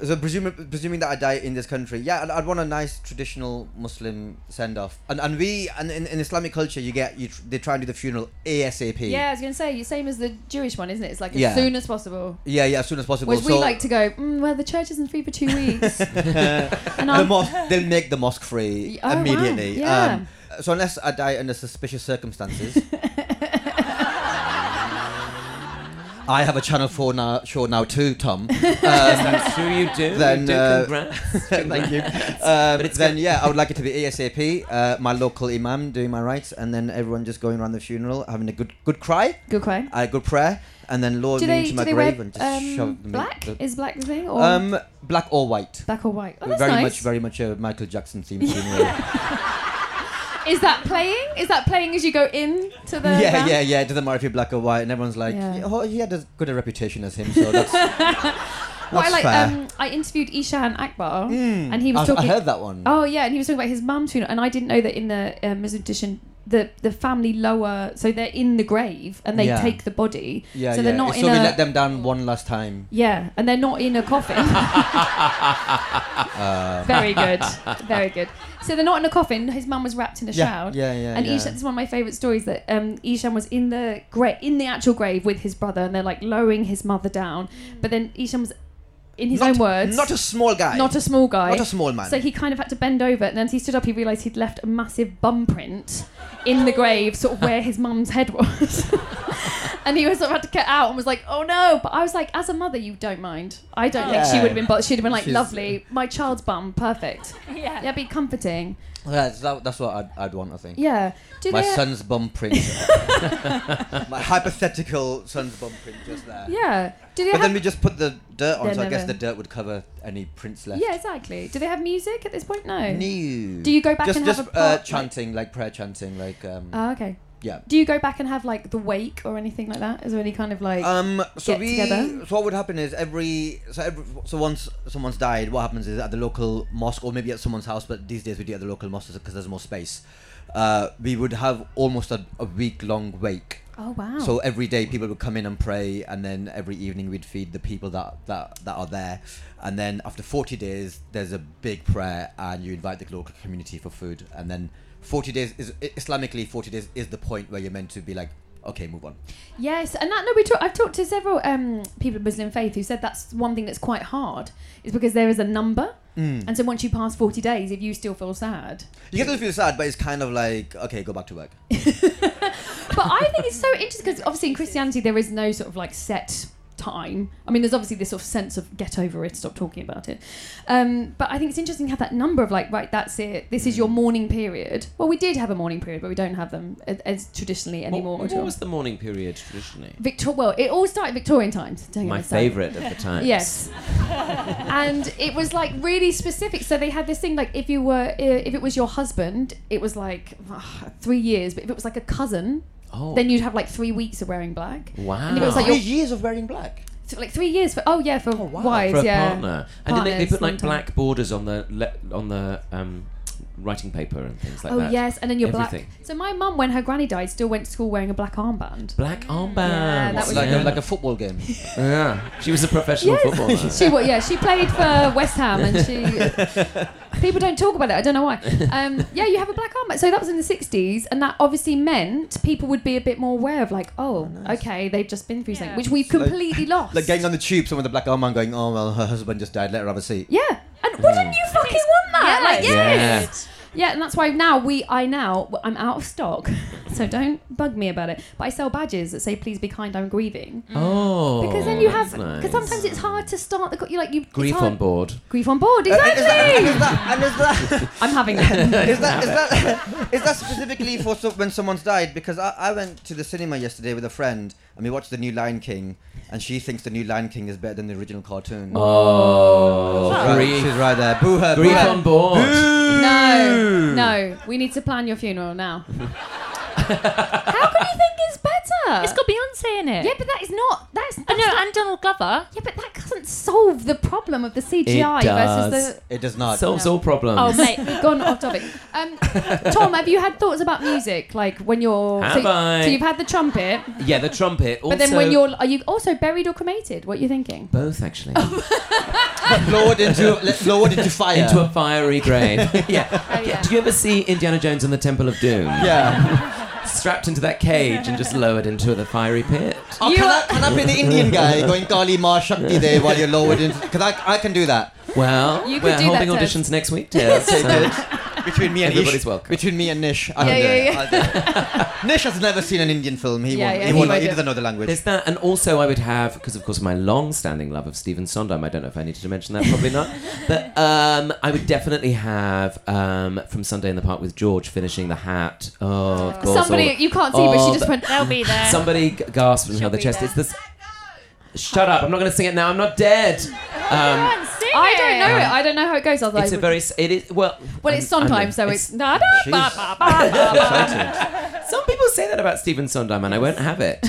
[SPEAKER 7] so presuming, presuming that I die in this country, yeah, I'd, I'd want a nice traditional Muslim send off. And and we and in, in Islamic culture, you get you tr- they try and do the funeral ASAP.
[SPEAKER 2] yeah, I was gonna say, you same as the Jewish one, isn't it? It's like as
[SPEAKER 7] Yeah.
[SPEAKER 2] soon as possible.
[SPEAKER 7] yeah, yeah, as soon as possible.
[SPEAKER 2] Whereas we
[SPEAKER 7] So
[SPEAKER 2] like to go, mm, well, the church isn't free for two weeks. and
[SPEAKER 7] the
[SPEAKER 2] I'm,
[SPEAKER 7] mosque, they'll make the mosque free
[SPEAKER 2] Y- oh, wow.
[SPEAKER 7] immediately.
[SPEAKER 2] Yeah.
[SPEAKER 7] Um, so unless I die under suspicious circumstances. I have a Channel 4 now, show now too, Tom. Um,
[SPEAKER 6] That's true. You do.
[SPEAKER 7] Then,
[SPEAKER 6] you do.
[SPEAKER 7] uh,
[SPEAKER 6] Congrats.
[SPEAKER 7] Thank you. Um,
[SPEAKER 6] it's
[SPEAKER 7] then
[SPEAKER 6] gonna-
[SPEAKER 7] yeah, I would like it to be ASAP. Uh, my local imam doing my rites, and then everyone just going around the funeral, having a good good cry,
[SPEAKER 2] good question.
[SPEAKER 7] a good prayer, and then lower
[SPEAKER 2] Do
[SPEAKER 7] me
[SPEAKER 2] they,
[SPEAKER 7] into
[SPEAKER 2] do
[SPEAKER 7] my
[SPEAKER 2] they
[SPEAKER 7] grave
[SPEAKER 2] wear
[SPEAKER 7] and just
[SPEAKER 2] um,
[SPEAKER 7] shove me.
[SPEAKER 2] black? Is black the thing? Or
[SPEAKER 7] um, black or white.
[SPEAKER 2] black or white? Oh, that's
[SPEAKER 7] very
[SPEAKER 2] nice.
[SPEAKER 7] much, very much a Michael Jackson themed funeral.
[SPEAKER 2] Is that playing? Is that playing as you go in to the?
[SPEAKER 7] yeah,
[SPEAKER 2] round?
[SPEAKER 7] yeah, yeah. It doesn't matter if you're black or white, and everyone's like,
[SPEAKER 2] Yeah.
[SPEAKER 7] oh, he had as good a reputation as him, so that's, that's
[SPEAKER 2] Well, I like.
[SPEAKER 7] fair.
[SPEAKER 2] Um, I interviewed Ishan Akbar, and he was
[SPEAKER 7] I, I
[SPEAKER 2] talking.
[SPEAKER 7] heard that one.
[SPEAKER 2] Oh yeah, and he was talking about his mum's funeral, and I didn't know that in the um, as audition, the the family lower, so they're in the grave and they
[SPEAKER 7] Yeah.
[SPEAKER 2] take the body.
[SPEAKER 7] yeah,
[SPEAKER 2] so
[SPEAKER 7] yeah.
[SPEAKER 2] they're not
[SPEAKER 7] It's
[SPEAKER 2] in
[SPEAKER 7] so we
[SPEAKER 2] a
[SPEAKER 7] let them down one last time.
[SPEAKER 2] yeah, and they're not in a coffin. Very good, very good. So they're not in a coffin. His mum was wrapped in a
[SPEAKER 7] Yeah,
[SPEAKER 2] shroud.
[SPEAKER 7] yeah, yeah,
[SPEAKER 2] And
[SPEAKER 7] yeah.
[SPEAKER 2] Ishan, this is one of my favourite stories that um, Ishan was in the gra- in the actual grave with his brother, and they're like lowering his mother down. But then Ishan was, in his
[SPEAKER 7] not,
[SPEAKER 2] own words,
[SPEAKER 7] Not a small guy.
[SPEAKER 2] not a small guy.
[SPEAKER 7] Not a small man.
[SPEAKER 2] So he kind of had to bend over, and then as he stood up, he realised he'd left a massive bum print in the grave, sort of where his mum's head was. and he was sort of had to get out and was like, "Oh no!" But I was like, as a mother, you don't mind. I don't think she
[SPEAKER 7] Yeah.
[SPEAKER 2] would have been, but she'd have been like,
[SPEAKER 7] She's-
[SPEAKER 2] "Lovely, my child's bum, perfect." Yeah, yeah, be comforting.
[SPEAKER 7] Yeah, that's, that, that's what I'd, I'd want, I think.
[SPEAKER 2] Yeah. Do
[SPEAKER 7] My
[SPEAKER 2] they?
[SPEAKER 7] son's bum print. My hypothetical son's bum print just there.
[SPEAKER 2] e-, yeah. Do they
[SPEAKER 7] But
[SPEAKER 2] have?
[SPEAKER 7] then we just put the dirt on,
[SPEAKER 2] They're
[SPEAKER 7] so I guess
[SPEAKER 2] never-
[SPEAKER 7] the dirt would cover any prints left.
[SPEAKER 2] yeah, exactly. Do they have music at this point? No.
[SPEAKER 7] New.
[SPEAKER 2] Do you go back
[SPEAKER 7] just,
[SPEAKER 2] and have
[SPEAKER 7] just
[SPEAKER 2] a part,
[SPEAKER 7] uh,
[SPEAKER 2] like-
[SPEAKER 7] chanting, like prayer chanting, like um,
[SPEAKER 2] Oh, okay.
[SPEAKER 7] yeah.
[SPEAKER 2] Do you go back and have like the wake or anything like that? Is there any kind of like?
[SPEAKER 7] Um, so
[SPEAKER 2] get
[SPEAKER 7] we,
[SPEAKER 2] together?
[SPEAKER 7] so what would happen is every so every so once someone's died, what happens is at the local mosque or maybe at someone's house, but these days we do it at the local mosque because there's more space. Uh, we would have almost a, a week long wake.
[SPEAKER 2] oh wow.
[SPEAKER 7] So every day people would come in and pray, and then every evening we'd feed the people that, that, that are there. And then after 40 days, there's a big prayer, and you invite the local community for food. And then 40 days is Islamically, 40 days is the point where you're meant to be like, okay, move on.
[SPEAKER 2] Yes, and that no, we talk, I've talked to several um, people of Muslim faith who said that's one thing that's quite hard is because there is a number,
[SPEAKER 6] Mm.
[SPEAKER 2] and so once you pass forty days, if you still feel sad,
[SPEAKER 7] You get to feel sad, but it's kind of like, okay, go back to work.
[SPEAKER 2] but I think it's so interesting because obviously in Christianity there is no sort of like set time. I mean, there's obviously this sort of sense of get over it, stop talking about it. Um, but I think it's interesting to have that number of like, right, that's it. This is
[SPEAKER 6] Mm.
[SPEAKER 2] your mourning period. Well, we did have a mourning period, but we don't have them as, as traditionally anymore.
[SPEAKER 6] What,
[SPEAKER 2] at all.
[SPEAKER 6] what was the morning period traditionally?
[SPEAKER 2] Victor- well, it all started Victorian times. don't get
[SPEAKER 6] My
[SPEAKER 2] me started.
[SPEAKER 6] favourite of the times.
[SPEAKER 2] um, Yes. and it was like really specific. So they had this thing like if you were if it was your husband, it was like ugh, three years. But if it was like a cousin,
[SPEAKER 6] Oh.
[SPEAKER 2] then you'd have like three weeks of wearing black.
[SPEAKER 6] Wow.
[SPEAKER 2] And if it was like
[SPEAKER 7] Three
[SPEAKER 2] your
[SPEAKER 7] years of wearing black.
[SPEAKER 2] th- like three years for oh yeah for wives
[SPEAKER 6] for a
[SPEAKER 2] yeah
[SPEAKER 6] partner. And did they, they
[SPEAKER 2] Partners,
[SPEAKER 6] put like
[SPEAKER 2] long-term.
[SPEAKER 6] black borders on the le- on the um, writing paper and things like
[SPEAKER 2] Oh
[SPEAKER 6] that.
[SPEAKER 2] yes, and then your black.
[SPEAKER 6] Everything.
[SPEAKER 2] So my mum, when her granny died, still went to school wearing a black armband.
[SPEAKER 6] Black armbands.
[SPEAKER 2] Yeah, that was-
[SPEAKER 7] Like,
[SPEAKER 6] yeah.
[SPEAKER 7] a, like a football game.
[SPEAKER 6] Yeah. She was a professional
[SPEAKER 2] Yes.
[SPEAKER 6] footballer.
[SPEAKER 2] She what? Yeah, she played for West Ham, and she. People don't talk about it. I don't know why. Um, yeah, you have a black armband. So that was in the '60s, and that obviously meant people would be a bit more aware of like, oh, okay, they've just been through something, which we've completely lost.
[SPEAKER 7] like getting on the tube, someone with a black armband going, oh, well, her husband just died, let her have a seat.
[SPEAKER 2] yeah, and wouldn't you fucking want that? Like, yeah.
[SPEAKER 6] yeah.
[SPEAKER 2] Yeah, and that's why now we, I now, I'm out of stock, so don't bug me about it. But I sell badges that say, "Please be kind, I'm grieving,"
[SPEAKER 6] Oh.
[SPEAKER 2] because then you have, because
[SPEAKER 6] that's nice.
[SPEAKER 2] sometimes it's hard to start the, co- you like you it's
[SPEAKER 6] grief
[SPEAKER 2] hard-
[SPEAKER 6] on board. Uh,
[SPEAKER 2] grief on board,
[SPEAKER 7] And is that- and is
[SPEAKER 2] exactly.
[SPEAKER 7] that- and is that-
[SPEAKER 2] I'm having that.
[SPEAKER 7] is that is that is that specifically for so, when someone's died? Because I, I went to the cinema yesterday with a friend and we watched the new Lion King, and she thinks the new Lion King is better than the original cartoon.
[SPEAKER 6] Oh.
[SPEAKER 7] She's right-
[SPEAKER 6] Grief.
[SPEAKER 7] she's right there. Boo her.
[SPEAKER 6] Grief
[SPEAKER 7] boo her.
[SPEAKER 6] on board.
[SPEAKER 2] No, no. We need to plan your funeral now. How can you think it's better?
[SPEAKER 5] It's got Beyonce in it.
[SPEAKER 2] yeah, but that is not. That's, that's
[SPEAKER 5] I know,
[SPEAKER 2] not-
[SPEAKER 5] and Donald Glover.
[SPEAKER 2] yeah, but that doesn't solve the problem of the CGI
[SPEAKER 6] It does.
[SPEAKER 2] versus
[SPEAKER 7] It does not.
[SPEAKER 6] Solves all problems.
[SPEAKER 5] Oh, mate.
[SPEAKER 2] the. Gone off topic. Um, Tom, have you had thoughts about music? Like when you're.
[SPEAKER 6] Have
[SPEAKER 2] so,
[SPEAKER 6] I?
[SPEAKER 2] so you've had the trumpet,
[SPEAKER 6] Yeah, the trumpet. Also,
[SPEAKER 2] but then when you're. Are you also buried or cremated? What are you thinking?
[SPEAKER 6] both actually
[SPEAKER 7] lowered into let- lowered into fire.
[SPEAKER 6] into a fiery grave. yeah.
[SPEAKER 2] Oh, yeah.
[SPEAKER 6] Do you ever see Indiana Jones and the Temple of Doom?
[SPEAKER 7] yeah.
[SPEAKER 6] Strapped into that cage and just lowered into the fiery pit.
[SPEAKER 7] Oh, can, I, can I be the Indian guy going Kali Ma Shakti there while you're lowered into? Because I, I can do that
[SPEAKER 6] Well,
[SPEAKER 2] You could
[SPEAKER 6] we're
[SPEAKER 2] do that
[SPEAKER 6] holding
[SPEAKER 2] to us.
[SPEAKER 6] auditions next week. Tess, so-
[SPEAKER 7] between me and
[SPEAKER 6] Everybody's
[SPEAKER 7] Ish-
[SPEAKER 6] welcome.
[SPEAKER 7] Between me and Nish, I
[SPEAKER 2] Yeah,
[SPEAKER 7] can do
[SPEAKER 2] yeah,
[SPEAKER 7] it.
[SPEAKER 2] yeah.
[SPEAKER 7] I'll do it. Nish has never seen an Indian film. He
[SPEAKER 2] Yeah,
[SPEAKER 7] won't.
[SPEAKER 2] yeah,
[SPEAKER 7] he,
[SPEAKER 2] he
[SPEAKER 7] won't
[SPEAKER 2] won't
[SPEAKER 7] he
[SPEAKER 2] do it.
[SPEAKER 7] doesn't know the language.
[SPEAKER 6] There's that, and also I would have because of course of my long-standing love of Stephen Sondheim. I don't know if I needed to mention that, probably not. But um, I would definitely have um, from Sunday in the Park with George finishing the hat. Oh, of course.
[SPEAKER 2] Somebody
[SPEAKER 6] all-
[SPEAKER 2] you can't see, but
[SPEAKER 6] all
[SPEAKER 2] she just
[SPEAKER 6] the-
[SPEAKER 2] went.
[SPEAKER 5] They'll be there.
[SPEAKER 6] Somebody g- gasped and held their
[SPEAKER 5] be
[SPEAKER 6] chest.
[SPEAKER 5] there.
[SPEAKER 6] It's this. Shut up! I'm not going to sing it now. I'm not dead. Um,
[SPEAKER 5] Go on, sing sing
[SPEAKER 2] I don't know
[SPEAKER 5] it.
[SPEAKER 2] it. I don't know how it goes. Otherwise,
[SPEAKER 6] It's a very. s- It is well.
[SPEAKER 2] well, it's
[SPEAKER 6] I'm-
[SPEAKER 2] Sondheim,
[SPEAKER 6] I'm-
[SPEAKER 2] so it's. da, da, ba,
[SPEAKER 7] Jeez.
[SPEAKER 2] ba, ba, ba, ba.
[SPEAKER 6] Some people say that about Stephen Sondheim, and I won't have it.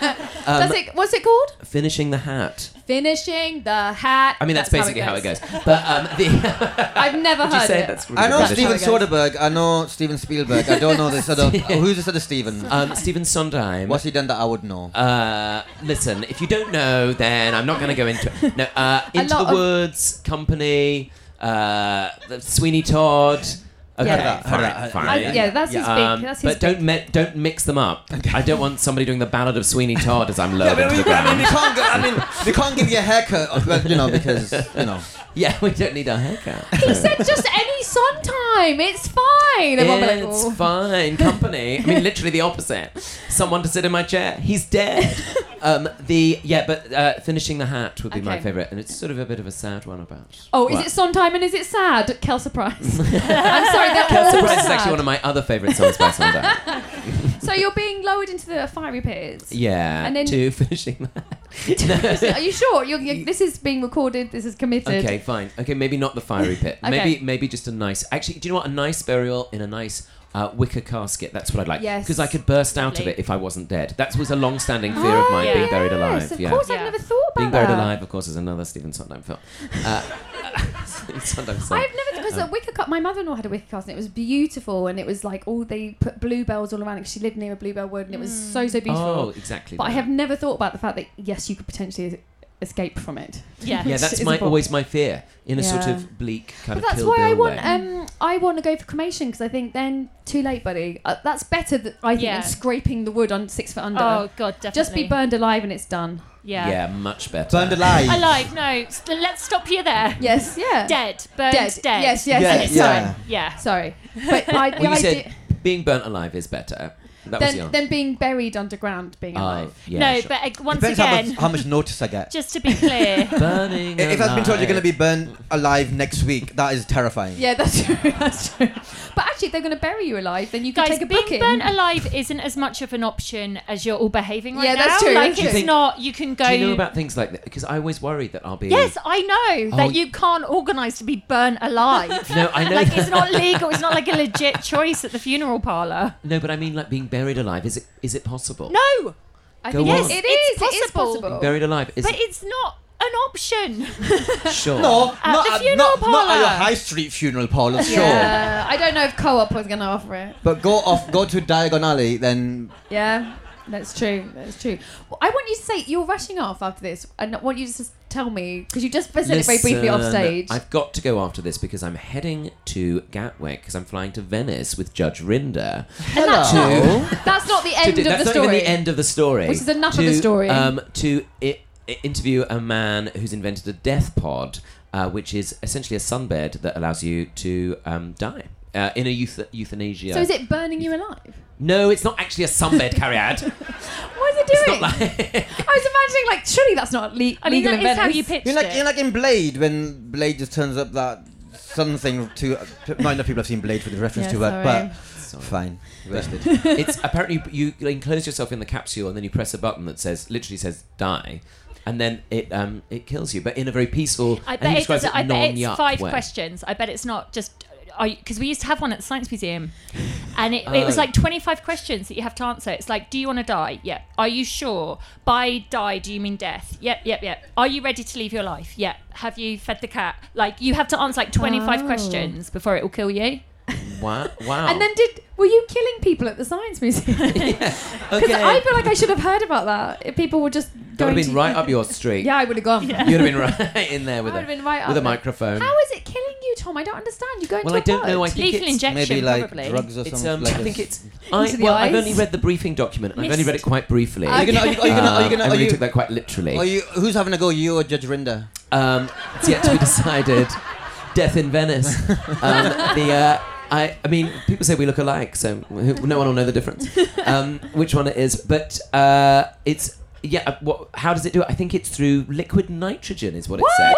[SPEAKER 2] Does it? What's it called?
[SPEAKER 6] Finishing the hat.
[SPEAKER 2] Finishing the hat.
[SPEAKER 6] I mean, that's, basically how it goes. But um, the,
[SPEAKER 2] I've never
[SPEAKER 6] you
[SPEAKER 2] heard
[SPEAKER 6] say
[SPEAKER 2] it.
[SPEAKER 6] that's really
[SPEAKER 7] I know
[SPEAKER 6] British.
[SPEAKER 7] Steven
[SPEAKER 2] That's how it
[SPEAKER 7] Soderbergh. I know Steven Spielberg. I don't know this other. Who's this other Steven?
[SPEAKER 6] Um, Stephen Sondheim.
[SPEAKER 7] What's he done that I would know?
[SPEAKER 6] Uh, listen, if you don't know, then I'm not going to go into it. No, uh, Into
[SPEAKER 2] lot
[SPEAKER 6] the
[SPEAKER 2] of-
[SPEAKER 6] Woods, Company, uh, the Sweeney Todd. Okay,
[SPEAKER 2] Yeah. Heard that,
[SPEAKER 7] heard
[SPEAKER 6] fine,
[SPEAKER 7] that, heard
[SPEAKER 6] fine.
[SPEAKER 2] I, yeah, that's his
[SPEAKER 6] Um,
[SPEAKER 2] big. That's his
[SPEAKER 6] but don't me- don't mix them up. I don't want somebody doing the Ballad of Sweeney Todd as I'm
[SPEAKER 7] Yeah,
[SPEAKER 6] lowered
[SPEAKER 7] but
[SPEAKER 6] into
[SPEAKER 7] we,
[SPEAKER 6] the
[SPEAKER 7] I mean,
[SPEAKER 6] ground.
[SPEAKER 7] we can't. Get, I mean, we can't give you a haircut, but, you know, because you know.
[SPEAKER 6] Yeah, we don't need a haircut.
[SPEAKER 2] He said just any Sondheim. It's fine. Everyone be like,
[SPEAKER 6] it's
[SPEAKER 2] "Oh."
[SPEAKER 6] fine company. I mean, literally the opposite. Someone to sit in my chair. He's dead. Um, the yeah, but uh, finishing the hat would be my
[SPEAKER 2] Okay.
[SPEAKER 6] favorite, and it's sort of a bit of a sad one about.
[SPEAKER 2] Oh, is
[SPEAKER 6] Well,
[SPEAKER 2] it Sondheim and is it sad? Kel Surprise. I'm sorry, they're all
[SPEAKER 6] Surprise is
[SPEAKER 2] sad.
[SPEAKER 6] actually one of my other favorite songs by Sondheim.
[SPEAKER 2] So you're being lowered into the fiery pits.
[SPEAKER 6] Yeah,
[SPEAKER 2] And then-
[SPEAKER 6] to finishing the hat.
[SPEAKER 2] Are you sure? You're, you're, this is being recorded. This is committed.
[SPEAKER 6] Okay, fine. Okay, maybe not the fiery pit.
[SPEAKER 2] Okay.
[SPEAKER 6] Maybe maybe just a nice. Actually, do you know what? A nice burial in a nice uh, wicker casket. That's what I'd like.
[SPEAKER 2] Yes.
[SPEAKER 6] Because I could burst out of
[SPEAKER 5] Lovely.
[SPEAKER 6] it if I wasn't dead. That was a long-standing fear of mine, being buried alive.
[SPEAKER 2] Ah, Yes, of
[SPEAKER 6] yeah.
[SPEAKER 2] course.
[SPEAKER 5] Yeah.
[SPEAKER 2] I've never thought about
[SPEAKER 6] Being Buried
[SPEAKER 2] that.
[SPEAKER 6] Alive, of course, is another Stephen Sondheim film. Uh, Stephen Sondheim song.
[SPEAKER 2] I've never because
[SPEAKER 6] uh,
[SPEAKER 2] a wicker cut. My mother-in-law had a wicker cast and it was beautiful and it was like all they put bluebells all around it 'cause she lived near a bluebell wood and it was so so beautiful.
[SPEAKER 6] oh, exactly.
[SPEAKER 2] but I
[SPEAKER 6] that.
[SPEAKER 2] have never thought about the fact that yes, you could potentially escape from it.
[SPEAKER 5] Yeah.
[SPEAKER 6] Yeah, that's
[SPEAKER 2] It's
[SPEAKER 6] my
[SPEAKER 2] a problem.
[SPEAKER 6] always my fear in a sort
[SPEAKER 2] Yeah.
[SPEAKER 6] of bleak kind
[SPEAKER 2] But
[SPEAKER 6] of.
[SPEAKER 2] that's
[SPEAKER 6] Kill
[SPEAKER 2] why I
[SPEAKER 6] Bill
[SPEAKER 2] want
[SPEAKER 6] way.
[SPEAKER 2] um I want to go for cremation because I think then too late, buddy. Uh, that's better th- I think
[SPEAKER 5] Yeah.
[SPEAKER 2] than scraping the wood on six foot under.
[SPEAKER 5] Oh god, definitely.
[SPEAKER 2] Just be burned alive and it's done.
[SPEAKER 5] Yeah.
[SPEAKER 6] Yeah. much better.
[SPEAKER 7] Burned alive.
[SPEAKER 5] Alive. No. St- let's stop you there.
[SPEAKER 2] Yes, yeah.
[SPEAKER 5] Dead. Burned.
[SPEAKER 2] Dead.
[SPEAKER 5] Dead.
[SPEAKER 2] Yes, yes,
[SPEAKER 7] Yeah,
[SPEAKER 2] yes.
[SPEAKER 7] yeah.
[SPEAKER 2] Sorry.
[SPEAKER 5] Yeah.
[SPEAKER 2] Sorry. But I,
[SPEAKER 6] Well,
[SPEAKER 2] I
[SPEAKER 6] you said
[SPEAKER 2] did-
[SPEAKER 6] being burnt alive is better. That was your.
[SPEAKER 2] then, then being buried underground, being alive.
[SPEAKER 6] oh, yeah,
[SPEAKER 5] no,
[SPEAKER 6] sure.
[SPEAKER 5] but uh, once
[SPEAKER 7] Depends how
[SPEAKER 5] again,
[SPEAKER 7] much, how much notice I get.
[SPEAKER 5] just to be clear,
[SPEAKER 6] burning.
[SPEAKER 7] If I've been told you're going to
[SPEAKER 6] alive.
[SPEAKER 7] be burned alive next week, that is terrifying.
[SPEAKER 2] Yeah, that's true. That's true. But actually, if they're going to bury you alive, then you can
[SPEAKER 5] guys,
[SPEAKER 2] take a
[SPEAKER 5] being
[SPEAKER 2] booking.
[SPEAKER 5] burnt alive isn't as much of an option as you're all behaving right
[SPEAKER 2] Yeah,
[SPEAKER 5] now.
[SPEAKER 2] that's true,
[SPEAKER 5] Like
[SPEAKER 2] that's
[SPEAKER 5] it's
[SPEAKER 2] true.
[SPEAKER 5] not. You can go.
[SPEAKER 6] Do you know about things like that? Because I always worry that I'll be.
[SPEAKER 5] Yes, I know
[SPEAKER 6] Oh.
[SPEAKER 5] that you can't organise to be burnt alive.
[SPEAKER 6] No, I know.
[SPEAKER 5] Like it's not legal. It's not like a legit choice at the funeral parlour.
[SPEAKER 6] no, but I mean, like being buried alive. Is it? Is it possible?
[SPEAKER 5] No,
[SPEAKER 2] I
[SPEAKER 6] Go
[SPEAKER 2] think
[SPEAKER 6] on.
[SPEAKER 2] it is.
[SPEAKER 5] It's
[SPEAKER 2] It is
[SPEAKER 5] possible.
[SPEAKER 2] possible.
[SPEAKER 6] Buried alive. Is
[SPEAKER 5] but it's not an option.
[SPEAKER 6] sure.
[SPEAKER 7] No,
[SPEAKER 5] At
[SPEAKER 7] not,
[SPEAKER 5] the
[SPEAKER 7] at,
[SPEAKER 5] funeral
[SPEAKER 7] not, not at
[SPEAKER 5] parlour.
[SPEAKER 7] your high street funeral parlor, sure.
[SPEAKER 2] Yeah. I don't know if co-op was going to offer it.
[SPEAKER 7] But go off, go to Diagon Alley, then
[SPEAKER 2] Yeah, that's true. That's true. Well, I want you to say you're rushing off after this, and I want you to just tell me because you just said it very briefly off
[SPEAKER 6] Listen,
[SPEAKER 2] stage.
[SPEAKER 6] I've got to go after this because I'm heading to Gatwick because I'm flying to Venice with Judge Rinder.
[SPEAKER 2] and that's
[SPEAKER 6] Hello.
[SPEAKER 2] not, that's not the end
[SPEAKER 6] to do-
[SPEAKER 2] of
[SPEAKER 6] that's
[SPEAKER 2] the
[SPEAKER 6] not
[SPEAKER 2] story.
[SPEAKER 6] even the end of the story.
[SPEAKER 2] Which is enough
[SPEAKER 6] to,
[SPEAKER 2] of the story.
[SPEAKER 6] Um, to I- i- interview a man who's invented a death pod, uh, which is essentially a sunbed that allows you to um, die. Uh, in a euth- euthanasia.
[SPEAKER 2] So is it burning you alive?
[SPEAKER 6] No, it's not actually a sunbed,
[SPEAKER 2] What
[SPEAKER 6] Cariad.
[SPEAKER 2] is it
[SPEAKER 6] it's
[SPEAKER 2] doing?
[SPEAKER 6] not like.
[SPEAKER 2] I was imagining like surely that's not le-
[SPEAKER 5] I mean,
[SPEAKER 2] legal
[SPEAKER 5] that
[SPEAKER 2] in
[SPEAKER 5] is how
[SPEAKER 2] Venice.
[SPEAKER 5] you pitched
[SPEAKER 7] You're like,
[SPEAKER 5] it.
[SPEAKER 7] you're like in Blade when Blade just turns up that sun thing to. Not enough people have seen Blade for the reference
[SPEAKER 2] Yeah,
[SPEAKER 7] to it, but
[SPEAKER 6] Sorry.
[SPEAKER 7] fine. Wasted.
[SPEAKER 6] it's apparently you enclose yourself in the capsule and then you press a button that says literally says die and then it um it kills you but in a very peaceful
[SPEAKER 5] I
[SPEAKER 6] and he
[SPEAKER 5] bet it's,
[SPEAKER 6] describes it
[SPEAKER 5] I bet it's
[SPEAKER 6] non-yuck
[SPEAKER 5] five
[SPEAKER 6] way.
[SPEAKER 5] questions. I bet it's not just because we used to have one at the Science Museum, and it,
[SPEAKER 6] Oh.
[SPEAKER 5] it was like twenty five questions that you have to answer. It's like, do you want to die? Yep. Are you sure? By die, do you mean death? Yep, yep, yep. Are you ready to leave your life? Yep. Have you fed the cat? Like you have to answer like twenty five
[SPEAKER 2] Oh.
[SPEAKER 5] questions before it will kill you.
[SPEAKER 6] wow wow
[SPEAKER 2] And then did were you killing people at the science museum? Because
[SPEAKER 6] okay
[SPEAKER 2] I feel like I should have heard about that. If people were just
[SPEAKER 6] that would
[SPEAKER 2] going
[SPEAKER 6] have been
[SPEAKER 2] to,
[SPEAKER 6] right up your street
[SPEAKER 2] Yeah, I would have gone.
[SPEAKER 6] you'd have been right in there with
[SPEAKER 2] I would have
[SPEAKER 6] a,
[SPEAKER 2] been right
[SPEAKER 6] with
[SPEAKER 2] up
[SPEAKER 6] a
[SPEAKER 2] there.
[SPEAKER 6] microphone
[SPEAKER 2] How is it killing you, Tom? I don't understand. You go into
[SPEAKER 6] well
[SPEAKER 2] a
[SPEAKER 6] i don't know i
[SPEAKER 2] pod.
[SPEAKER 6] think
[SPEAKER 5] Lethal
[SPEAKER 6] it's
[SPEAKER 5] injection,
[SPEAKER 7] Maybe like
[SPEAKER 5] probably.
[SPEAKER 7] drugs or
[SPEAKER 6] it's
[SPEAKER 7] something.
[SPEAKER 6] um,
[SPEAKER 7] like
[SPEAKER 6] I think
[SPEAKER 7] this.
[SPEAKER 6] it's I,
[SPEAKER 2] Into the
[SPEAKER 6] well, I've
[SPEAKER 2] eyes?
[SPEAKER 6] only read the briefing document and I've only read it quite briefly.
[SPEAKER 7] Are you gonna? Are you, are you gonna? Are you gonna?
[SPEAKER 6] Uh, I
[SPEAKER 7] Are
[SPEAKER 6] really
[SPEAKER 7] you,
[SPEAKER 6] took that quite literally.
[SPEAKER 7] are you? Who's having a go? You or Judge Rinder?
[SPEAKER 6] Um, it's yet to be decided. Death in Venice. Um, the uh, I, I mean, people say we look alike, so who- no one will know the difference. Um, which one it is, but uh, it's yeah. uh, What, how does it do it? I think it's through liquid nitrogen, is what it said,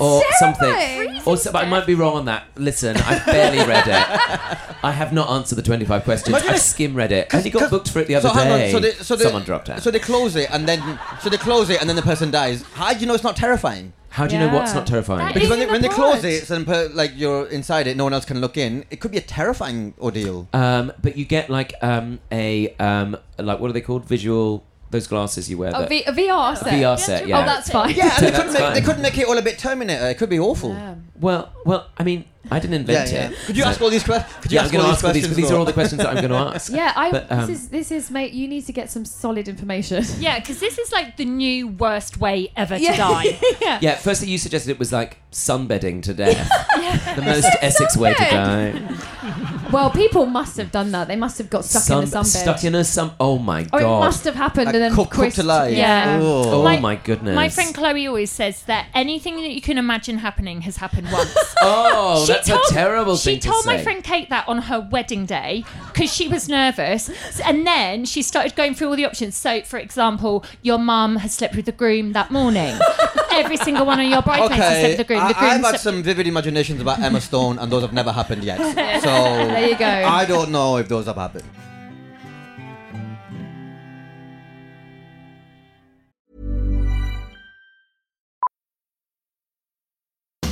[SPEAKER 6] or something. Or so, but I might be wrong on that. Listen, I've barely read it. I have not answered the twenty-five questions.
[SPEAKER 7] Imagine
[SPEAKER 6] I've
[SPEAKER 7] if-
[SPEAKER 6] skim read it. I only got booked for it the other
[SPEAKER 7] so hang on,
[SPEAKER 6] day.
[SPEAKER 7] so they, so they,
[SPEAKER 6] Someone dropped out.
[SPEAKER 7] So they close it and then. So they close it and then the person dies. How do you know it's not terrifying?
[SPEAKER 6] How do you know what's
[SPEAKER 2] Yeah.
[SPEAKER 6] not terrifying?
[SPEAKER 5] That is-
[SPEAKER 7] Because when they,
[SPEAKER 5] Even
[SPEAKER 7] when they
[SPEAKER 5] the
[SPEAKER 7] close
[SPEAKER 5] pod.
[SPEAKER 7] it and put like you're inside it, no one else can look in. It could be a terrifying ordeal.
[SPEAKER 6] um, but you get like um, a um, like what are they called? Visual those glasses you wear.
[SPEAKER 2] A,
[SPEAKER 6] that-
[SPEAKER 2] v- a VR set.
[SPEAKER 6] VR set, yeah.
[SPEAKER 2] Oh, that's fine.
[SPEAKER 7] Yeah, and they couldn't,
[SPEAKER 6] That's
[SPEAKER 7] make, they
[SPEAKER 6] fine.
[SPEAKER 7] couldn't make it all a bit Terminator. It could be awful. Yeah,
[SPEAKER 2] Yeah.
[SPEAKER 6] well, well, I mean, I didn't
[SPEAKER 7] yeah.
[SPEAKER 6] invent it.
[SPEAKER 7] Could you
[SPEAKER 6] So-
[SPEAKER 7] ask all these questions? Could you
[SPEAKER 6] Yeah, I'm
[SPEAKER 7] ask,
[SPEAKER 6] going
[SPEAKER 7] all
[SPEAKER 6] to
[SPEAKER 7] these
[SPEAKER 6] ask all these.
[SPEAKER 7] questions?
[SPEAKER 6] But these are all
[SPEAKER 7] though?
[SPEAKER 6] the questions that I'm going to ask.
[SPEAKER 2] Yeah, I,
[SPEAKER 6] But, um,
[SPEAKER 2] this is this is mate. You need to get some solid information.
[SPEAKER 5] Yeah, because this is like the new worst way ever to
[SPEAKER 2] Yeah.
[SPEAKER 5] die.
[SPEAKER 6] Yeah, firstly, you suggested it was like sunbedding to death. The most Essex way to die.
[SPEAKER 2] well, people must have done that. They must have got stuck in the sunbed.
[SPEAKER 6] Stuck in a sun. Oh my
[SPEAKER 2] or
[SPEAKER 6] god.
[SPEAKER 2] it must have happened
[SPEAKER 7] Like
[SPEAKER 2] and then
[SPEAKER 7] cooked- cooked
[SPEAKER 2] Chris-
[SPEAKER 7] alive.
[SPEAKER 5] Yeah.
[SPEAKER 7] Oh.
[SPEAKER 6] Oh my,
[SPEAKER 5] My-
[SPEAKER 6] goodness.
[SPEAKER 5] My friend Chloe always says that anything that you can imagine happening has happened once.
[SPEAKER 6] Oh, that's a terrible
[SPEAKER 5] she
[SPEAKER 6] thing to
[SPEAKER 5] told my
[SPEAKER 6] say.
[SPEAKER 5] friend Kate that on her wedding day because she was nervous, S- and then she started going through all the options. So, for example, your mum has slept with the groom that morning. Every single one of your bridesmaids has slept
[SPEAKER 7] Okay,
[SPEAKER 5] with the groom.
[SPEAKER 7] I,
[SPEAKER 5] The groom
[SPEAKER 7] I've had
[SPEAKER 5] slept-
[SPEAKER 7] some vivid imaginations about Emma Stone, and those have never happened yet. So
[SPEAKER 2] There you go.
[SPEAKER 7] I don't know if those have happened.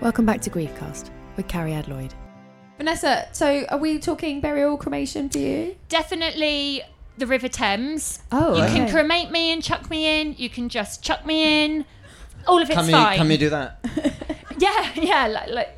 [SPEAKER 4] Welcome back to Griefcast with Carrie Adloyd.
[SPEAKER 2] Vanessa, so are we talking burial cremation for you?
[SPEAKER 5] definitely the River Thames.
[SPEAKER 2] Oh,
[SPEAKER 5] you
[SPEAKER 2] okay.
[SPEAKER 5] can cremate me and chuck me in. You can just chuck me in. All of it's
[SPEAKER 7] Can we,
[SPEAKER 5] fine.
[SPEAKER 7] can we do that?
[SPEAKER 5] yeah, yeah, like, like,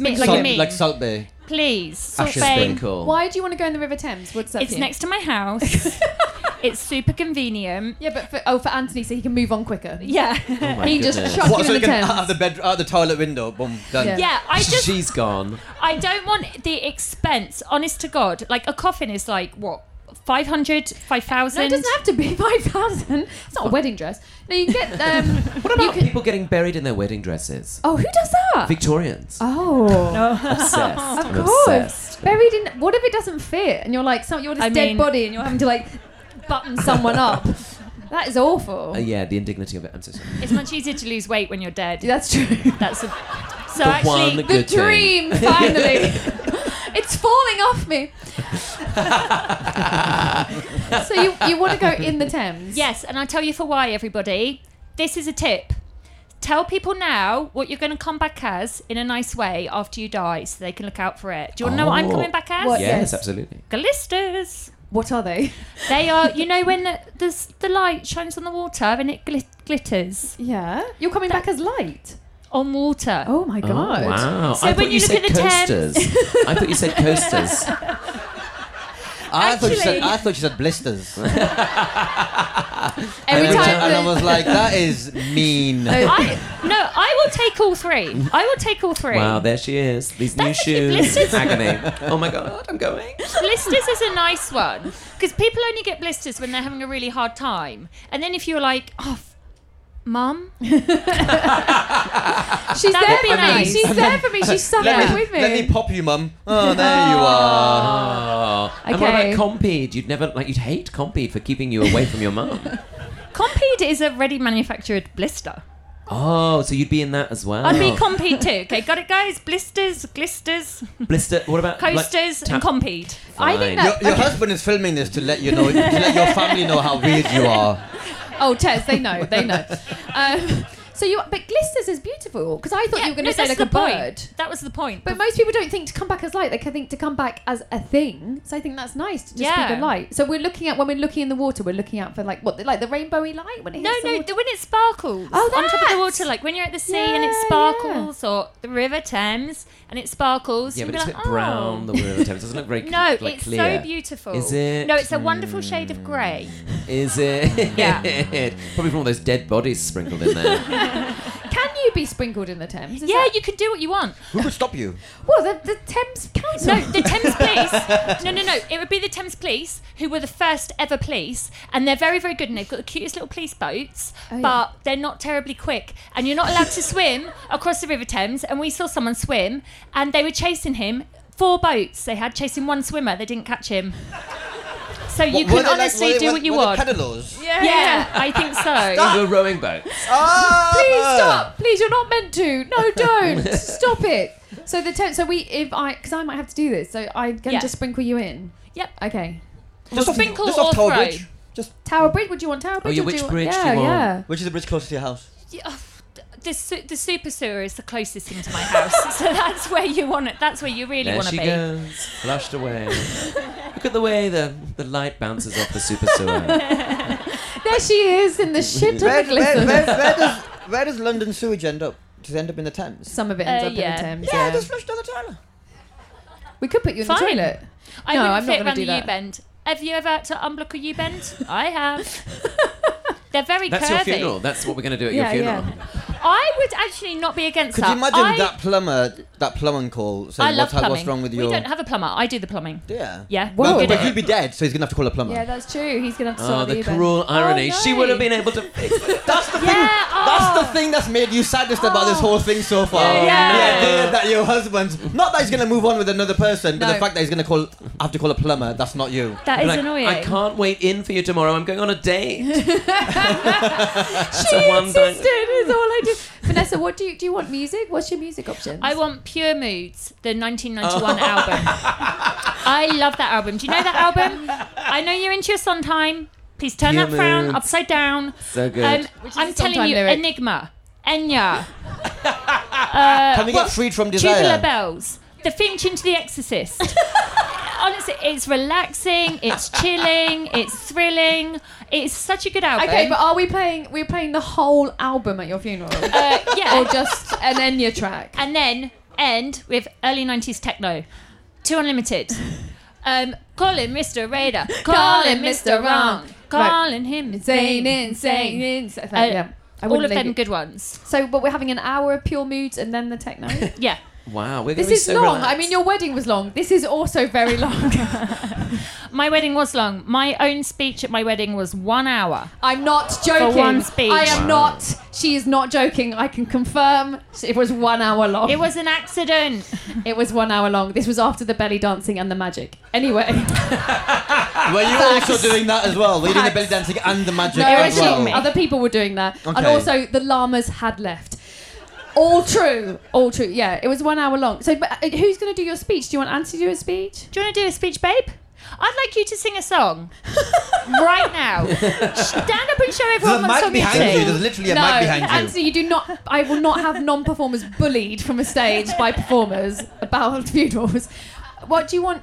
[SPEAKER 2] Make
[SPEAKER 5] like
[SPEAKER 7] Salt-
[SPEAKER 5] a meme.
[SPEAKER 7] like Salt Bay.
[SPEAKER 5] Please, sort
[SPEAKER 6] Ashes
[SPEAKER 5] of thing.
[SPEAKER 6] sprinkle.
[SPEAKER 2] Why do you want to go in the River Thames? What's that?
[SPEAKER 5] It's next to my house. it's super convenient.
[SPEAKER 2] Yeah, but for, oh, for Anthony, so he can move on quicker.
[SPEAKER 5] Yeah.
[SPEAKER 6] Oh my
[SPEAKER 2] he
[SPEAKER 6] goodness.
[SPEAKER 2] just chucked
[SPEAKER 7] What,
[SPEAKER 2] you
[SPEAKER 7] so
[SPEAKER 2] in
[SPEAKER 7] you
[SPEAKER 2] the
[SPEAKER 7] can
[SPEAKER 2] Thames.
[SPEAKER 7] out of the bed, out of the toilet window, boom, done.
[SPEAKER 2] Yeah.
[SPEAKER 5] Yeah, I just
[SPEAKER 6] She's gone.
[SPEAKER 5] I don't want the expense. Honest to God, like a coffin is like what 500, 5,000?
[SPEAKER 2] no, it doesn't have to be five thousand. It's not a wedding dress. No, you can get. Um, what
[SPEAKER 6] About people getting buried in their wedding dresses.
[SPEAKER 2] Oh, who does that?
[SPEAKER 6] Victorians.
[SPEAKER 2] oh,
[SPEAKER 6] Obsessed.
[SPEAKER 2] of
[SPEAKER 6] I'm
[SPEAKER 2] course.
[SPEAKER 6] obsessed.
[SPEAKER 2] Buried in. What if it doesn't fit and you're like some you're this
[SPEAKER 5] I
[SPEAKER 2] dead
[SPEAKER 5] mean-
[SPEAKER 2] body and you're having to like button someone up? That is awful.
[SPEAKER 6] Uh, yeah, the indignity of it. I'm so sorry.
[SPEAKER 5] It's much easier to lose weight when you're dead.
[SPEAKER 2] That's true.
[SPEAKER 5] That's a, so
[SPEAKER 6] The one
[SPEAKER 5] actually.
[SPEAKER 2] the
[SPEAKER 6] good thing.
[SPEAKER 2] dream finally. it's falling off me. so you, you want to go in the Thames?
[SPEAKER 5] Yes, and I'll tell you for why, everybody. This is a tip. Tell people now what you're going to come back as in a nice way after you die so they can look out for it. Do you want to know what I'm
[SPEAKER 6] Oh.
[SPEAKER 5] coming back as?
[SPEAKER 2] What?
[SPEAKER 6] Yes,
[SPEAKER 2] Yes.
[SPEAKER 6] absolutely.
[SPEAKER 5] Glisters.
[SPEAKER 2] What are they?
[SPEAKER 5] They are, you know, when the, the, s- the light shines on the water and it glit glitters
[SPEAKER 2] Yeah. You're coming back as light.
[SPEAKER 5] on water.
[SPEAKER 2] Oh my god.
[SPEAKER 6] Oh, wow.
[SPEAKER 5] So
[SPEAKER 6] I
[SPEAKER 5] when
[SPEAKER 6] thought
[SPEAKER 5] you
[SPEAKER 6] you,
[SPEAKER 5] look
[SPEAKER 6] said
[SPEAKER 5] at the Thames-
[SPEAKER 6] coasters. I thought you said coasters.
[SPEAKER 7] I thought you
[SPEAKER 5] Actually-
[SPEAKER 7] said I thought you said blisters.
[SPEAKER 2] Every
[SPEAKER 7] and, I-
[SPEAKER 2] time
[SPEAKER 7] and I
[SPEAKER 2] the-
[SPEAKER 7] was like, that is mean.
[SPEAKER 5] I, no, I will take all three. I will take all three.
[SPEAKER 6] Wow, there she is. These new
[SPEAKER 5] That's actually
[SPEAKER 6] shoes.
[SPEAKER 5] blisters.
[SPEAKER 6] Agony. Oh my god, I'm going.
[SPEAKER 5] blisters is a nice one because people only get blisters when they're having a really hard time. And then if you're like, oh, f- mum,
[SPEAKER 2] She's
[SPEAKER 5] That
[SPEAKER 2] there
[SPEAKER 5] would be
[SPEAKER 2] for
[SPEAKER 5] nice.
[SPEAKER 2] me. She's there for me. She's stuck
[SPEAKER 7] let,
[SPEAKER 2] there
[SPEAKER 7] me,
[SPEAKER 2] with me.
[SPEAKER 7] let me pop you, mum. Oh, there you are.
[SPEAKER 6] Oh. And what
[SPEAKER 2] Okay.
[SPEAKER 6] about Compede? You'd never like you'd hate Compede for keeping you away from your mum.
[SPEAKER 5] Compede is a ready manufactured blister.
[SPEAKER 6] Oh, so you'd be in that as well.
[SPEAKER 5] I'd be Compede too. Okay, got it, guys. Blisters, glisters,
[SPEAKER 6] blister. What about like,
[SPEAKER 5] coasters,
[SPEAKER 6] tap-
[SPEAKER 5] and Compede.
[SPEAKER 2] I think
[SPEAKER 6] Fine.
[SPEAKER 7] Your,
[SPEAKER 2] that.
[SPEAKER 7] your husband is filming this to let you know, to let your family know how weird you are.
[SPEAKER 2] Oh, Tess, they know. They know. Um, so you, but glisters is beautiful because I thought you were going to
[SPEAKER 5] no,
[SPEAKER 2] say
[SPEAKER 5] that's
[SPEAKER 2] like
[SPEAKER 5] the
[SPEAKER 2] a
[SPEAKER 5] point.
[SPEAKER 2] bird.
[SPEAKER 5] That was the point.
[SPEAKER 2] But most people don't think to come back as light. They can think to come back as a thing. So I think that's nice to just
[SPEAKER 5] Yeah.
[SPEAKER 2] be the light. So we're looking at when we're looking in the water, we're looking out for like what, like the rainbowy light when it
[SPEAKER 5] no,
[SPEAKER 2] hits the
[SPEAKER 5] no,
[SPEAKER 2] water.
[SPEAKER 5] the, when it sparkles
[SPEAKER 2] Oh,
[SPEAKER 5] on top of
[SPEAKER 2] that!
[SPEAKER 5] the water, like when you're at the sea and it
[SPEAKER 2] Yeah,
[SPEAKER 5] sparkles, or the River Thames and it sparkles.
[SPEAKER 6] Yeah,
[SPEAKER 5] you'd
[SPEAKER 6] but
[SPEAKER 5] be
[SPEAKER 6] it's a
[SPEAKER 5] like,
[SPEAKER 6] bit brown. The
[SPEAKER 5] "Oh."
[SPEAKER 6] word Thames doesn't look very cl-
[SPEAKER 5] No,
[SPEAKER 6] like,
[SPEAKER 5] it's
[SPEAKER 6] clear.
[SPEAKER 5] so beautiful.
[SPEAKER 6] Is it? Mm.
[SPEAKER 5] No, it's a wonderful shade of grey.
[SPEAKER 6] Is it?
[SPEAKER 5] Yeah.
[SPEAKER 6] Probably from all those dead bodies sprinkled in there.
[SPEAKER 2] Can you could be sprinkled in the Thames. Is
[SPEAKER 5] yeah,
[SPEAKER 2] that-
[SPEAKER 5] you can do what you want.
[SPEAKER 7] Who would stop you?
[SPEAKER 2] Well, the, the Thames Council.
[SPEAKER 5] No, the Thames Police. No, no, no. It would be the Thames Police who were the first ever police, and they're very, very good, and they've got the cutest little police boats,
[SPEAKER 2] yeah.
[SPEAKER 5] but they're not terribly quick, and you're not allowed to swim across the River Thames. And we saw someone swim, and they were chasing him. Four boats they had chasing one swimmer. They didn't catch him. So you
[SPEAKER 7] Were
[SPEAKER 5] can
[SPEAKER 7] they like-
[SPEAKER 5] honestly
[SPEAKER 7] were they-
[SPEAKER 5] do
[SPEAKER 7] were-
[SPEAKER 5] what you
[SPEAKER 7] were they
[SPEAKER 5] want.
[SPEAKER 7] peddlers?
[SPEAKER 5] yeah, I think so.
[SPEAKER 6] The rowing boats.
[SPEAKER 7] Ah!
[SPEAKER 2] Please stop! Please, you're not meant to. No, don't stop it. So the Thames. So we, if I, because I might have to do this. So I'm gonna
[SPEAKER 5] Yeah.
[SPEAKER 2] just sprinkle you in.
[SPEAKER 5] Yep.
[SPEAKER 2] Okay.
[SPEAKER 7] Just off-
[SPEAKER 5] Sprinkle
[SPEAKER 7] just off
[SPEAKER 5] or
[SPEAKER 7] Tower
[SPEAKER 5] throw?
[SPEAKER 7] Bridge. Just
[SPEAKER 2] Tower Bridge. Would you want Tower Bridge?
[SPEAKER 6] Oh, yeah,
[SPEAKER 2] or
[SPEAKER 6] which
[SPEAKER 2] you
[SPEAKER 6] bridge do
[SPEAKER 2] yeah,
[SPEAKER 6] you want?
[SPEAKER 2] Yeah.
[SPEAKER 7] which is the bridge closest to your house?
[SPEAKER 5] Yeah, oh, th- the, su- the super sewer is the closest thing to my house, so that's where you want it. That's where you really
[SPEAKER 6] There
[SPEAKER 5] want to
[SPEAKER 6] she
[SPEAKER 5] be.
[SPEAKER 6] goes, flushed away. Look at the way the, the light bounces off the super sewer.
[SPEAKER 2] There she is in the shit
[SPEAKER 7] Where,
[SPEAKER 2] of the
[SPEAKER 7] where,
[SPEAKER 2] glitter.
[SPEAKER 7] where, where does where does London sewage end up? Does it end up in the Thames?
[SPEAKER 2] Some of it ends
[SPEAKER 5] Uh,
[SPEAKER 2] up in
[SPEAKER 5] yeah.
[SPEAKER 2] the Thames.
[SPEAKER 7] Yeah, just flush down the toilet.
[SPEAKER 2] We could put you in the
[SPEAKER 5] Fine.
[SPEAKER 2] toilet.
[SPEAKER 5] I
[SPEAKER 2] No, I'm
[SPEAKER 5] wouldn't
[SPEAKER 2] not
[SPEAKER 5] fit
[SPEAKER 2] gonna
[SPEAKER 5] around
[SPEAKER 2] do
[SPEAKER 5] the
[SPEAKER 2] that.
[SPEAKER 5] U bend. Have you ever had to unblock a U bend? I have. They're very
[SPEAKER 6] That's
[SPEAKER 5] curvy.
[SPEAKER 6] your funeral. That's what we're going to do at
[SPEAKER 2] Yeah,
[SPEAKER 6] your funeral.
[SPEAKER 5] I would actually not be against
[SPEAKER 7] Could
[SPEAKER 5] that.
[SPEAKER 7] you imagine
[SPEAKER 5] I,
[SPEAKER 7] that plumber, that plumbing call
[SPEAKER 5] I
[SPEAKER 7] saying
[SPEAKER 5] love
[SPEAKER 7] what's,
[SPEAKER 5] plumbing.
[SPEAKER 7] what's wrong with your?
[SPEAKER 5] We don't have a plumber. I do the plumbing.
[SPEAKER 7] yeah.
[SPEAKER 5] Yeah.
[SPEAKER 7] But,
[SPEAKER 5] we
[SPEAKER 7] but
[SPEAKER 5] did it.
[SPEAKER 7] you'd be dead, so he's gonna have to call a plumber.
[SPEAKER 2] Yeah, that's true. He's gonna have to sort
[SPEAKER 6] Oh,
[SPEAKER 2] out
[SPEAKER 6] the
[SPEAKER 2] U-bend.
[SPEAKER 6] cruel irony.
[SPEAKER 2] Oh,
[SPEAKER 6] She
[SPEAKER 2] no.
[SPEAKER 6] would have been able to fix it.
[SPEAKER 7] That's the thing.
[SPEAKER 5] Yeah,
[SPEAKER 7] That's
[SPEAKER 5] oh.
[SPEAKER 7] the thing that's made you saddest about
[SPEAKER 2] Oh.
[SPEAKER 7] this whole thing so far.
[SPEAKER 5] Yeah, yeah.
[SPEAKER 7] the- that your husband's not that he's gonna move on with another person, but
[SPEAKER 2] No.
[SPEAKER 7] the fact that he's gonna call have to call a plumber. That's not you.
[SPEAKER 5] That is
[SPEAKER 6] Like,
[SPEAKER 5] annoying.
[SPEAKER 6] I can't wait in for you tomorrow. I'm going on a date. That's a
[SPEAKER 2] She
[SPEAKER 6] one
[SPEAKER 2] insisted.
[SPEAKER 6] time.
[SPEAKER 2] Is all I do. Vanessa, what do you do? You want music? What's your music options?
[SPEAKER 5] I want Pure Moods, the 1991 album. I love that album. Do you know that album? I know you're into your sun time. Please turn
[SPEAKER 6] Pure
[SPEAKER 5] that frown
[SPEAKER 6] Moods.
[SPEAKER 5] upside down.
[SPEAKER 6] So good.
[SPEAKER 5] Um,
[SPEAKER 2] is
[SPEAKER 5] I'm
[SPEAKER 2] a
[SPEAKER 5] telling
[SPEAKER 2] Sondheim
[SPEAKER 5] you,
[SPEAKER 2] lyric.
[SPEAKER 5] Enigma, Enya,
[SPEAKER 7] Can we get freed from
[SPEAKER 5] Tubular
[SPEAKER 7] desire?
[SPEAKER 5] Bells, the theme tune to The Exorcist. Honestly, it's relaxing, it's chilling, it's thrilling. It's such a good album.
[SPEAKER 2] Okay, but are we playing? We're playing the whole album at your funeral,
[SPEAKER 5] uh, yeah.
[SPEAKER 2] or just an Enya track?
[SPEAKER 5] and then end with early 90s techno to unlimited um calling mr Raider, calling mr wrong calling him
[SPEAKER 2] Insane, insane, insane.
[SPEAKER 5] Uh,
[SPEAKER 2] yeah, I
[SPEAKER 5] all
[SPEAKER 2] wouldn't
[SPEAKER 5] of
[SPEAKER 2] leave
[SPEAKER 5] them
[SPEAKER 2] it.
[SPEAKER 5] good ones
[SPEAKER 2] So, but we're having an hour of pure moods and then the techno.
[SPEAKER 5] yeah
[SPEAKER 6] Wow, we're going to
[SPEAKER 2] this
[SPEAKER 6] be
[SPEAKER 2] is
[SPEAKER 6] so
[SPEAKER 2] long. I
[SPEAKER 6] relaxed.
[SPEAKER 2] mean, your wedding was long. This is also very long.
[SPEAKER 5] my wedding was long my own speech at my wedding was one hour
[SPEAKER 2] I'm not joking.
[SPEAKER 5] one speech.
[SPEAKER 2] I am not. She is not joking. I can confirm. It was one hour long.
[SPEAKER 5] it was an accident
[SPEAKER 2] It was one hour long. This was after the belly dancing and the magic. Anyway.
[SPEAKER 7] Were you also doing that as well? Were you doing the belly dancing and the magic as
[SPEAKER 2] actually,
[SPEAKER 7] Oh, well?
[SPEAKER 2] Other people were doing that. And
[SPEAKER 7] Okay.
[SPEAKER 2] also, the llamas had left. All true. All true. Yeah, it was one hour long. So, but uh, who's going to do your speech? Do you want Anthony to do a speech?
[SPEAKER 5] do you want to do a speech babe I'd like you to sing a song right now. Stand up and show everyone what
[SPEAKER 7] There's a mic
[SPEAKER 5] song you
[SPEAKER 7] behind you.
[SPEAKER 5] sing.
[SPEAKER 7] There's literally a
[SPEAKER 2] no,
[SPEAKER 7] mic behind you.
[SPEAKER 2] Anthony, you do not. I will not have non-performers bullied from a stage by performers about funerals. What do you want?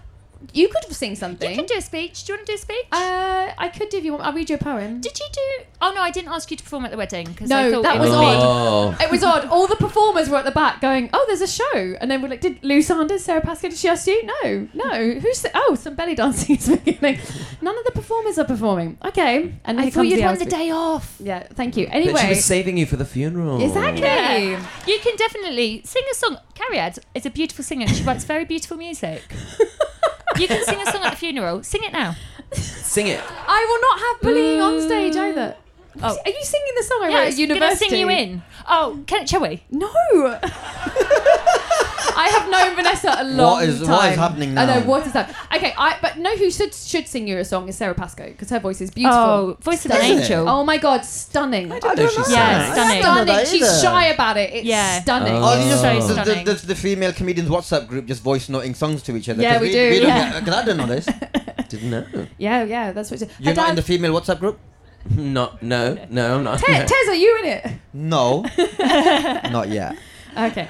[SPEAKER 2] You could sing something.
[SPEAKER 5] You can do a speech. Do you want to do a speech?
[SPEAKER 2] Uh, I could do if you want. I'll read you a poem.
[SPEAKER 5] Did you do? Oh no, I didn't ask you to perform at the wedding because
[SPEAKER 2] No,
[SPEAKER 5] I thought
[SPEAKER 2] that
[SPEAKER 5] it
[SPEAKER 2] was
[SPEAKER 5] me.
[SPEAKER 2] odd.
[SPEAKER 6] Oh.
[SPEAKER 2] It was odd. All the performers were at the back going, "Oh, there's a show," and then we're like, "Did Lou Sanders, Sarah Pascoe? Did she ask you?" No, no. Who's? Oh, some belly dancing is beginning. None of the performers are performing. Okay, and
[SPEAKER 5] I
[SPEAKER 2] here
[SPEAKER 5] thought
[SPEAKER 2] comes
[SPEAKER 5] you'd
[SPEAKER 2] the
[SPEAKER 5] won the
[SPEAKER 2] housekeeper.
[SPEAKER 5] day off.
[SPEAKER 2] Yeah, thank you.
[SPEAKER 6] But she
[SPEAKER 2] Anyway,
[SPEAKER 6] was saving you for the funeral.
[SPEAKER 2] exactly.
[SPEAKER 5] You can definitely sing a song. Carrie Ad is a beautiful singer. She writes very beautiful music. you can sing a song at the funeral. Sing it now.
[SPEAKER 6] Sing it.
[SPEAKER 2] I will not have bullying on stage either. Oh. Are you singing the song I wrote
[SPEAKER 5] Yeah,
[SPEAKER 2] at
[SPEAKER 5] it's gonna
[SPEAKER 2] university?
[SPEAKER 5] sing you in. Oh, can shall we?
[SPEAKER 2] No. I have known Vanessa a long
[SPEAKER 7] What is-
[SPEAKER 2] time.
[SPEAKER 7] what is happening now?
[SPEAKER 2] I know what is happening. Okay, I but no, who should should sing you a song is Sarah Pascoe because her voice is beautiful.
[SPEAKER 5] Oh, voice of an
[SPEAKER 7] Isn't it?
[SPEAKER 5] angel.
[SPEAKER 2] Oh my god, stunning.
[SPEAKER 7] I don't know she
[SPEAKER 5] Yeah,
[SPEAKER 7] sang.
[SPEAKER 5] stunning.
[SPEAKER 7] I didn't know that
[SPEAKER 2] She's
[SPEAKER 7] either.
[SPEAKER 2] shy about it. It's
[SPEAKER 5] Yeah.
[SPEAKER 2] stunning.
[SPEAKER 7] Oh, you just,
[SPEAKER 5] So
[SPEAKER 7] the- the-
[SPEAKER 5] stunning.
[SPEAKER 7] the, the female comedians WhatsApp group just voice noting songs to each other.
[SPEAKER 2] Yeah,
[SPEAKER 7] 'Cause
[SPEAKER 2] we do,
[SPEAKER 7] we don't
[SPEAKER 2] yeah.
[SPEAKER 7] get- 'cause I don't know this.
[SPEAKER 6] Didn't know.
[SPEAKER 2] Yeah, yeah, that's what it's.
[SPEAKER 7] You're not in the female WhatsApp group?
[SPEAKER 6] Not, no, no, I'm not.
[SPEAKER 2] Te- Tez, are you in it?
[SPEAKER 7] No, not yet.
[SPEAKER 2] Okay.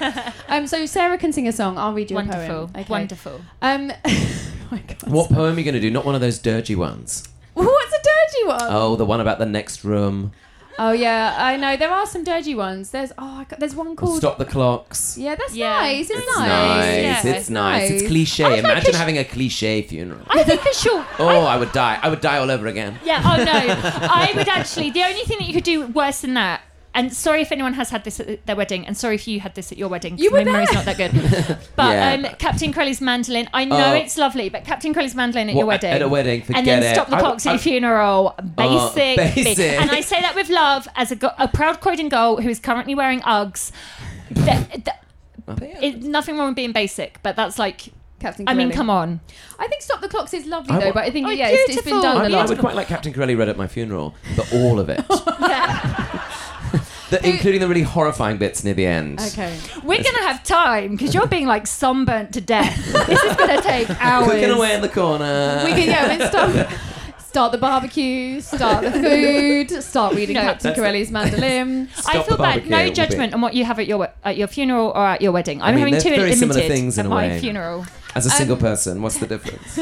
[SPEAKER 2] Um, so Sarah can sing a song. I'll read you a
[SPEAKER 5] Wonderful.
[SPEAKER 2] poem. Okay.
[SPEAKER 5] Wonderful.
[SPEAKER 2] Um, oh my God.
[SPEAKER 6] What poem are you going to do? Not one of those dirty ones.
[SPEAKER 2] What's a dirty one? Oh.
[SPEAKER 6] Oh, the one about the next room.
[SPEAKER 2] yeah, I know. There are some dirty ones. There's oh, I got, there's one called.
[SPEAKER 6] Stop the clocks.
[SPEAKER 2] Yeah, that's
[SPEAKER 5] Yeah.
[SPEAKER 2] nice. It's,
[SPEAKER 6] It's
[SPEAKER 2] nice.
[SPEAKER 6] nice.
[SPEAKER 5] Yeah.
[SPEAKER 6] It's nice. It's
[SPEAKER 2] Nice.
[SPEAKER 6] cliche.
[SPEAKER 5] I'd like
[SPEAKER 6] Imagine
[SPEAKER 5] a sh-
[SPEAKER 6] having a cliche funeral.
[SPEAKER 5] I think a short.
[SPEAKER 6] Oh, I would die. I would die all over again.
[SPEAKER 5] Yeah. Oh no. I would actually. The only thing that you could do worse than that. And sorry if anyone has had this at their wedding, and sorry if you had this at your wedding. 'cause
[SPEAKER 4] You were
[SPEAKER 5] my memory's
[SPEAKER 4] there.
[SPEAKER 5] not that good. But
[SPEAKER 6] Yeah.
[SPEAKER 5] um, Captain Crowley's mandolin. I know
[SPEAKER 6] Oh.
[SPEAKER 5] it's lovely, but Captain Crowley's mandolin at your
[SPEAKER 6] What,
[SPEAKER 5] wedding.
[SPEAKER 6] at a wedding,
[SPEAKER 5] and then
[SPEAKER 6] forget it.
[SPEAKER 5] stop the
[SPEAKER 6] I-
[SPEAKER 5] clocks at
[SPEAKER 6] I-
[SPEAKER 5] your funeral.
[SPEAKER 6] Oh,
[SPEAKER 5] Basic, bitch.
[SPEAKER 6] basic.
[SPEAKER 5] And I say that with love as a, go- a proud Croydon girl who is currently wearing Uggs. Th- th- it- nothing wrong with being basic, but that's like.
[SPEAKER 2] Captain.
[SPEAKER 5] I mean,
[SPEAKER 2] Corelli.
[SPEAKER 5] come on.
[SPEAKER 2] I think Stop the Clocks is lovely
[SPEAKER 6] I
[SPEAKER 2] though,
[SPEAKER 6] wa-
[SPEAKER 2] but I think
[SPEAKER 5] Oh,
[SPEAKER 2] yeah, it's, it's been
[SPEAKER 5] beautiful.
[SPEAKER 2] done
[SPEAKER 6] I,
[SPEAKER 2] a
[SPEAKER 6] mean, I
[SPEAKER 2] lot.
[SPEAKER 6] would quite like Captain Corelli read at my funeral, but all of it, The- including the really horrifying bits near the end.
[SPEAKER 2] Okay.
[SPEAKER 5] We're going to have time because you're being like sunburnt to death. this is going to take hours.
[SPEAKER 6] Cooking away in the corner.
[SPEAKER 2] We can, yeah, then stop. Start the barbecue. Start the food. Start reading
[SPEAKER 5] No,
[SPEAKER 2] Captain
[SPEAKER 6] that's-
[SPEAKER 2] Corelli's Mandolin.
[SPEAKER 6] Stop
[SPEAKER 5] I
[SPEAKER 6] the
[SPEAKER 5] feel
[SPEAKER 6] barbecue,
[SPEAKER 5] bad.
[SPEAKER 6] it
[SPEAKER 5] No
[SPEAKER 6] will be-
[SPEAKER 5] judgment on what you have at your at your funeral or at your wedding. I'm
[SPEAKER 6] mean,
[SPEAKER 5] having
[SPEAKER 6] they're
[SPEAKER 5] two
[SPEAKER 6] very
[SPEAKER 5] limited
[SPEAKER 6] similar things in
[SPEAKER 5] at
[SPEAKER 6] a
[SPEAKER 5] my
[SPEAKER 6] way.
[SPEAKER 5] funeral.
[SPEAKER 6] As
[SPEAKER 2] Um,
[SPEAKER 6] a single person, what's the difference?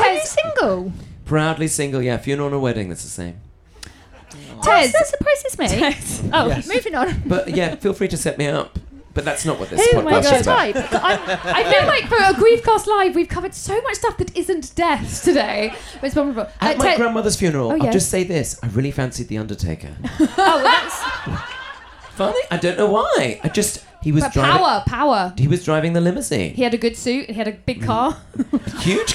[SPEAKER 5] Are you single?
[SPEAKER 6] Proudly single, yeah. Funeral and a wedding, that's the same.
[SPEAKER 5] Tez, that surprises me. Oh, moving on.
[SPEAKER 6] But yeah, feel free to set me up. But that's not what this
[SPEAKER 2] Oh my
[SPEAKER 6] podcast
[SPEAKER 2] god!
[SPEAKER 6] is about.
[SPEAKER 2] Type. I'm- I feel like for a Griefcast Live, we've covered so much stuff that isn't death today. But it's wonderful. Uh, Oh,
[SPEAKER 6] At my
[SPEAKER 2] Ted-
[SPEAKER 6] grandmother's funeral,
[SPEAKER 2] yeah.
[SPEAKER 6] I'll just say this: I really fancied the Undertaker.
[SPEAKER 5] Oh, that's
[SPEAKER 6] Funny, I don't know why. I just he was
[SPEAKER 2] but
[SPEAKER 6] driving.
[SPEAKER 2] power, power.
[SPEAKER 6] He was driving the limousine.
[SPEAKER 2] He had a good suit. He had a
[SPEAKER 6] Mm.
[SPEAKER 2] big car.
[SPEAKER 6] Huge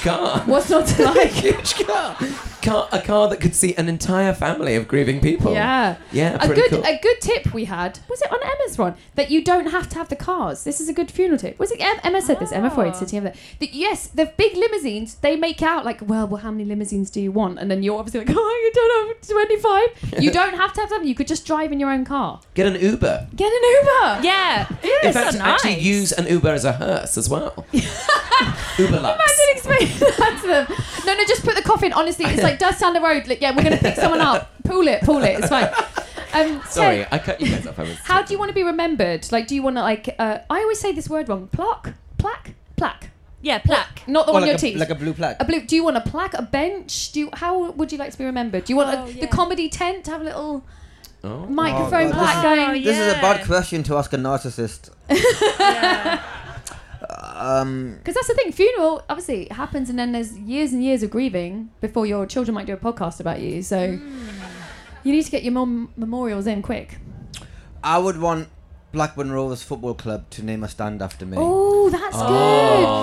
[SPEAKER 6] car.
[SPEAKER 2] What's not to like?
[SPEAKER 6] Huge car. car. A car that could see an entire family of grieving people.
[SPEAKER 2] Yeah.
[SPEAKER 6] Yeah,
[SPEAKER 2] A
[SPEAKER 6] pretty
[SPEAKER 2] good
[SPEAKER 6] cool.
[SPEAKER 2] a good tip we had was it on Emma's one that you don't have to have the cars. This is a good funeral tip. Was it Em- Emma said this? Emma Freud sitting over there. That yes, the big limousines they make out like well, well, how many limousines do you want? And then you're obviously like, oh, you don't have twenty five. You don't have to have them. You could just drive in your own car.
[SPEAKER 6] Get an Uber.
[SPEAKER 2] Get an Uber.
[SPEAKER 5] yeah.
[SPEAKER 6] In
[SPEAKER 5] Yes,
[SPEAKER 6] fact,
[SPEAKER 5] so nice.
[SPEAKER 6] actually use an Uber as a hearse as well. Uber Lux.
[SPEAKER 2] I didn't explain that to them. No, no, just put the coffin. Honestly, it's like dust down the road. Like, yeah, we're gonna pick someone up. Pull it, pull it. It's fine. Um, Ted,
[SPEAKER 6] Sorry, I cut you guys off. I was
[SPEAKER 2] How do you want to be remembered? Like, do you want to like? Uh, I always say this word wrong. Plaque, plaque, plaque.
[SPEAKER 5] yeah, plaque.
[SPEAKER 2] Not the
[SPEAKER 7] Or
[SPEAKER 2] one on
[SPEAKER 7] like,
[SPEAKER 2] your
[SPEAKER 7] a,
[SPEAKER 2] teeth.
[SPEAKER 7] like a blue plaque.
[SPEAKER 2] a blue. Do you want a plaque? A bench? Do you, how would you like to be remembered? Do you want
[SPEAKER 5] Oh,
[SPEAKER 2] a,
[SPEAKER 5] yeah.
[SPEAKER 2] the comedy tent? Have a little
[SPEAKER 6] Oh.
[SPEAKER 2] microphone
[SPEAKER 7] Oh,
[SPEAKER 2] plaque
[SPEAKER 5] God.
[SPEAKER 2] going.
[SPEAKER 5] Oh,
[SPEAKER 7] This is a bad
[SPEAKER 5] Yeah.
[SPEAKER 7] question to ask a narcissist. um,
[SPEAKER 2] Because that's the thing. Funeral obviously it happens, and then there's years and years of grieving before your children might do a podcast about you. So
[SPEAKER 5] Hmm.
[SPEAKER 2] you need to get your mom memorials in quick.
[SPEAKER 7] I would want Blackburn Rovers Football Club to name a stand after me.
[SPEAKER 2] Oh, that's
[SPEAKER 6] Oh,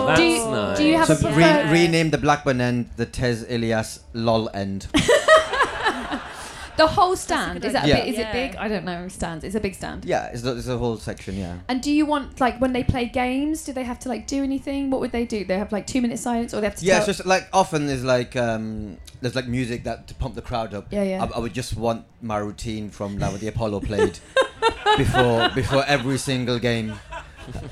[SPEAKER 2] good. do you,
[SPEAKER 6] that's nice.
[SPEAKER 2] do you have
[SPEAKER 7] so
[SPEAKER 2] a preferred?
[SPEAKER 7] re- rename the Blackburn end the Tez Elias lol end.
[SPEAKER 2] the whole stand?
[SPEAKER 5] good
[SPEAKER 2] Is that
[SPEAKER 7] idea.
[SPEAKER 2] a big, is
[SPEAKER 5] Yeah.
[SPEAKER 2] it big? I don't know. Stands. It's a big stand.
[SPEAKER 7] yeah, it's, the- it's a whole section. Yeah.
[SPEAKER 2] And do you want like when they play games? Do they have to like do anything? What would they do? They have like two minutes silence, or they have to.
[SPEAKER 7] Yeah,
[SPEAKER 2] tell-
[SPEAKER 7] it's just like often there's like um, there's like music that to pump the crowd up.
[SPEAKER 2] Yeah, yeah.
[SPEAKER 7] I, I would just want my routine from like what the Apollo played before before every single game,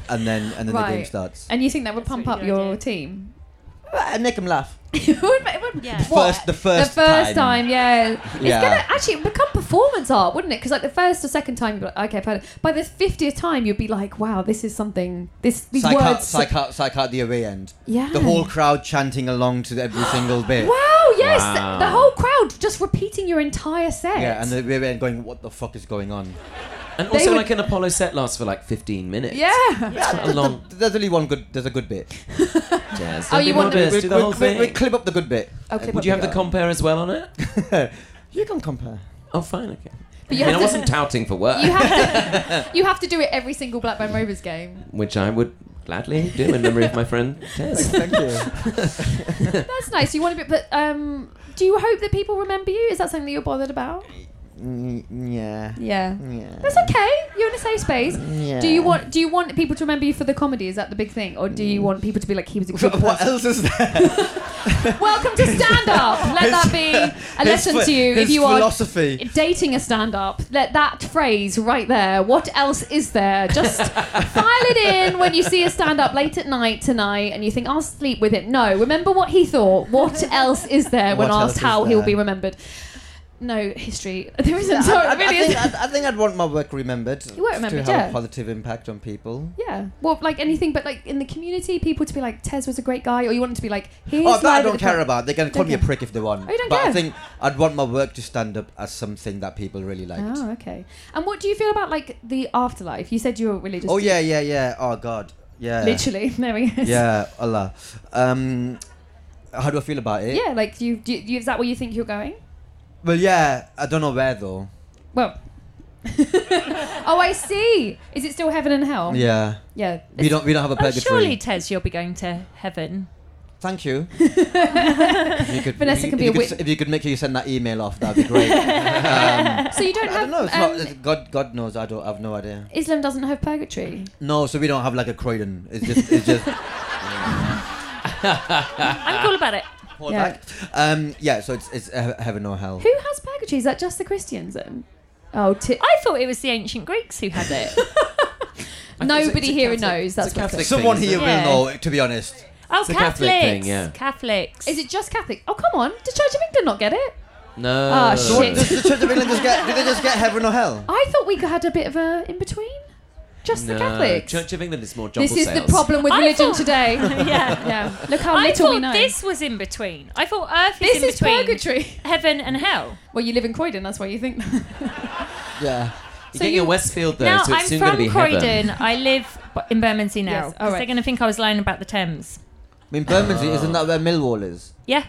[SPEAKER 7] and then and then the game
[SPEAKER 2] Right.
[SPEAKER 7] starts.
[SPEAKER 2] And you think that would pump
[SPEAKER 5] really
[SPEAKER 2] up
[SPEAKER 5] good
[SPEAKER 2] your
[SPEAKER 5] idea.
[SPEAKER 2] team?
[SPEAKER 7] And make them laugh.
[SPEAKER 2] it would, it would,
[SPEAKER 5] Yeah.
[SPEAKER 7] The first, the first,
[SPEAKER 2] the first time, yeah. It's
[SPEAKER 7] Yeah.
[SPEAKER 2] gonna actually it'd become performance art, wouldn't it? Because like the first or second time, you'd be like, okay, I've heard it. By the fiftieth time, you'd be like, wow, this is something. This these
[SPEAKER 7] Psych out,
[SPEAKER 2] words.
[SPEAKER 7] psych out, psych out the away end.
[SPEAKER 2] Yeah.
[SPEAKER 7] The whole crowd chanting along to every single bit.
[SPEAKER 2] Wow! Yes,
[SPEAKER 6] Wow.
[SPEAKER 2] the whole crowd just repeating your entire set.
[SPEAKER 7] Yeah, and the away end going, what the fuck is going on?
[SPEAKER 6] And also,
[SPEAKER 2] would-
[SPEAKER 6] like an Apollo set lasts for like 15 minutes.
[SPEAKER 2] yeah.
[SPEAKER 6] It's not a
[SPEAKER 7] Th- th-
[SPEAKER 6] long
[SPEAKER 7] There's only one good. There's a good bit.
[SPEAKER 6] jazz.
[SPEAKER 2] Oh, you want the-
[SPEAKER 6] to do the
[SPEAKER 7] We-
[SPEAKER 6] whole
[SPEAKER 7] we- we- we
[SPEAKER 6] thing?
[SPEAKER 7] clip up the good bit.
[SPEAKER 2] Okay.
[SPEAKER 6] Would you have the compare as well on it?
[SPEAKER 7] You can compare.
[SPEAKER 6] Oh, fine, okay.
[SPEAKER 2] But you
[SPEAKER 6] I mean, I
[SPEAKER 2] have to-
[SPEAKER 6] wasn't touting for work,
[SPEAKER 2] You have to. you have to do it every single Blackburn Rovers game.
[SPEAKER 6] which I would gladly do in memory of my friend Tess.
[SPEAKER 7] Thank you.
[SPEAKER 2] That's nice. You want to be, but um, do you hope that people remember you? Is that something that you're bothered about?
[SPEAKER 7] Mm, yeah.
[SPEAKER 2] Yeah.
[SPEAKER 7] Yeah.
[SPEAKER 2] That's okay. You're in a safe space.
[SPEAKER 7] Yeah.
[SPEAKER 2] Do you want Do you want people to remember you for the comedy? Is that the big thing, or do you want people to be like he was a good
[SPEAKER 7] What
[SPEAKER 2] person?
[SPEAKER 7] else is there?
[SPEAKER 2] Welcome to stand up. Let that be a lesson
[SPEAKER 7] His
[SPEAKER 2] to you
[SPEAKER 7] ph-
[SPEAKER 2] if
[SPEAKER 7] his
[SPEAKER 2] you are
[SPEAKER 7] philosophy.
[SPEAKER 2] dating a stand up. Let that phrase right there. What else is there? Just file it in when you see a stand up late at night tonight, and you think I'll sleep with it. No, remember what he thought. What else is there when
[SPEAKER 7] What else
[SPEAKER 2] asked
[SPEAKER 7] is
[SPEAKER 2] how
[SPEAKER 7] there?
[SPEAKER 2] he'll be remembered? No history. There isn't.
[SPEAKER 7] I,
[SPEAKER 2] Sorry,
[SPEAKER 7] I- I
[SPEAKER 2] really
[SPEAKER 7] think,
[SPEAKER 2] isn't.
[SPEAKER 7] I, I think I'd want my work remembered.
[SPEAKER 2] You were remembered,
[SPEAKER 7] to have
[SPEAKER 2] yeah.
[SPEAKER 7] a positive impact on people.
[SPEAKER 2] Yeah. Well, like anything, but like in the community, people to be like, Tez was a great guy, or you want them to be like, here's
[SPEAKER 7] oh, that I
[SPEAKER 2] live at
[SPEAKER 7] don't
[SPEAKER 2] the
[SPEAKER 7] care
[SPEAKER 2] club.
[SPEAKER 7] about. They can call me a
[SPEAKER 2] Okay.
[SPEAKER 7] prick if they want.
[SPEAKER 2] Oh, you don't
[SPEAKER 7] but
[SPEAKER 2] care?
[SPEAKER 7] I think I'd want my work to stand up as something that people really liked.
[SPEAKER 2] Oh, okay. And what do you feel about like the afterlife? You said you were religious.
[SPEAKER 7] Oh yeah, yeah, yeah. Oh god, yeah.
[SPEAKER 2] Literally, there he is.
[SPEAKER 7] Yeah, Allah. Um, how do I feel about it?
[SPEAKER 2] Yeah, like you, do you, is that where you think you're going?
[SPEAKER 7] Well, yeah. I don't know where though.
[SPEAKER 2] Well, Oh, I see. Is it still heaven and hell?
[SPEAKER 7] Yeah.
[SPEAKER 2] Yeah.
[SPEAKER 7] We don't we don't have a
[SPEAKER 5] Oh,
[SPEAKER 7] purgatory.
[SPEAKER 5] surely, Tez, you'll be going to heaven.
[SPEAKER 7] Thank you. If you could,
[SPEAKER 2] Vanessa
[SPEAKER 7] if you-
[SPEAKER 2] can be a
[SPEAKER 7] if you could,
[SPEAKER 2] wit-
[SPEAKER 7] If you could make sure you send that email off, that'd be great. um,
[SPEAKER 2] So you don't
[SPEAKER 7] I
[SPEAKER 2] have.
[SPEAKER 7] don't know. It's
[SPEAKER 2] um,
[SPEAKER 7] not, God, God knows. I don't. I've no idea.
[SPEAKER 2] Islam doesn't have purgatory.
[SPEAKER 7] No, so we don't have like a Croydon. It's just. It's just.
[SPEAKER 5] I'm cool about it.
[SPEAKER 7] Hold
[SPEAKER 2] Yeah.
[SPEAKER 7] back. Um, yeah. So it's it's uh, heaven or hell.
[SPEAKER 2] Who has purgatory? Is that just the Christians? Then? Oh, ti
[SPEAKER 5] I thought it was the ancient Greeks who had it.
[SPEAKER 6] It's
[SPEAKER 2] nobody
[SPEAKER 6] a
[SPEAKER 2] here
[SPEAKER 6] Catholic-
[SPEAKER 2] knows.
[SPEAKER 6] it's a
[SPEAKER 2] That's what
[SPEAKER 6] Catholic
[SPEAKER 2] it's
[SPEAKER 7] Someone
[SPEAKER 6] thing,
[SPEAKER 7] here
[SPEAKER 6] isn't
[SPEAKER 5] Yeah.
[SPEAKER 7] will know. To be honest.
[SPEAKER 5] Oh,
[SPEAKER 6] a
[SPEAKER 5] Catholics.
[SPEAKER 6] Catholic thing, yeah.
[SPEAKER 5] Catholics.
[SPEAKER 2] Is it just Catholic? Oh, come on. Did Church of England not get it?
[SPEAKER 6] it? No.
[SPEAKER 2] Oh, shit.
[SPEAKER 7] Does the Church of England just get? Do they just get heaven or hell?
[SPEAKER 2] I thought we had a bit of a in between. Just
[SPEAKER 6] No,
[SPEAKER 2] the Catholics.
[SPEAKER 6] Church of England is more jumble
[SPEAKER 2] this is
[SPEAKER 6] sales.
[SPEAKER 2] the problem with
[SPEAKER 5] I
[SPEAKER 2] religion
[SPEAKER 5] thought-
[SPEAKER 2] today.
[SPEAKER 5] yeah.
[SPEAKER 2] yeah. Look how
[SPEAKER 5] I
[SPEAKER 2] little
[SPEAKER 5] thought
[SPEAKER 2] we know.
[SPEAKER 5] this was in between. I thought Earth
[SPEAKER 2] This
[SPEAKER 5] is in
[SPEAKER 2] is
[SPEAKER 5] between
[SPEAKER 2] purgatory.
[SPEAKER 5] heaven and hell.
[SPEAKER 2] Well, you live in Croydon, that's why you think that.
[SPEAKER 7] Yeah.
[SPEAKER 6] You're
[SPEAKER 2] so
[SPEAKER 6] getting
[SPEAKER 2] you-
[SPEAKER 6] a Westfield though,
[SPEAKER 5] now
[SPEAKER 6] so it's
[SPEAKER 5] I'm
[SPEAKER 6] soon going to
[SPEAKER 5] from
[SPEAKER 6] be heaven.
[SPEAKER 5] Croydon. I live b- in Bermondsey now.
[SPEAKER 2] Yes, all
[SPEAKER 5] 'cause
[SPEAKER 2] right.
[SPEAKER 5] They're going to think I was lying about the Thames.
[SPEAKER 7] I mean, Bermondsey isn't that where Millwall is?
[SPEAKER 5] Yeah.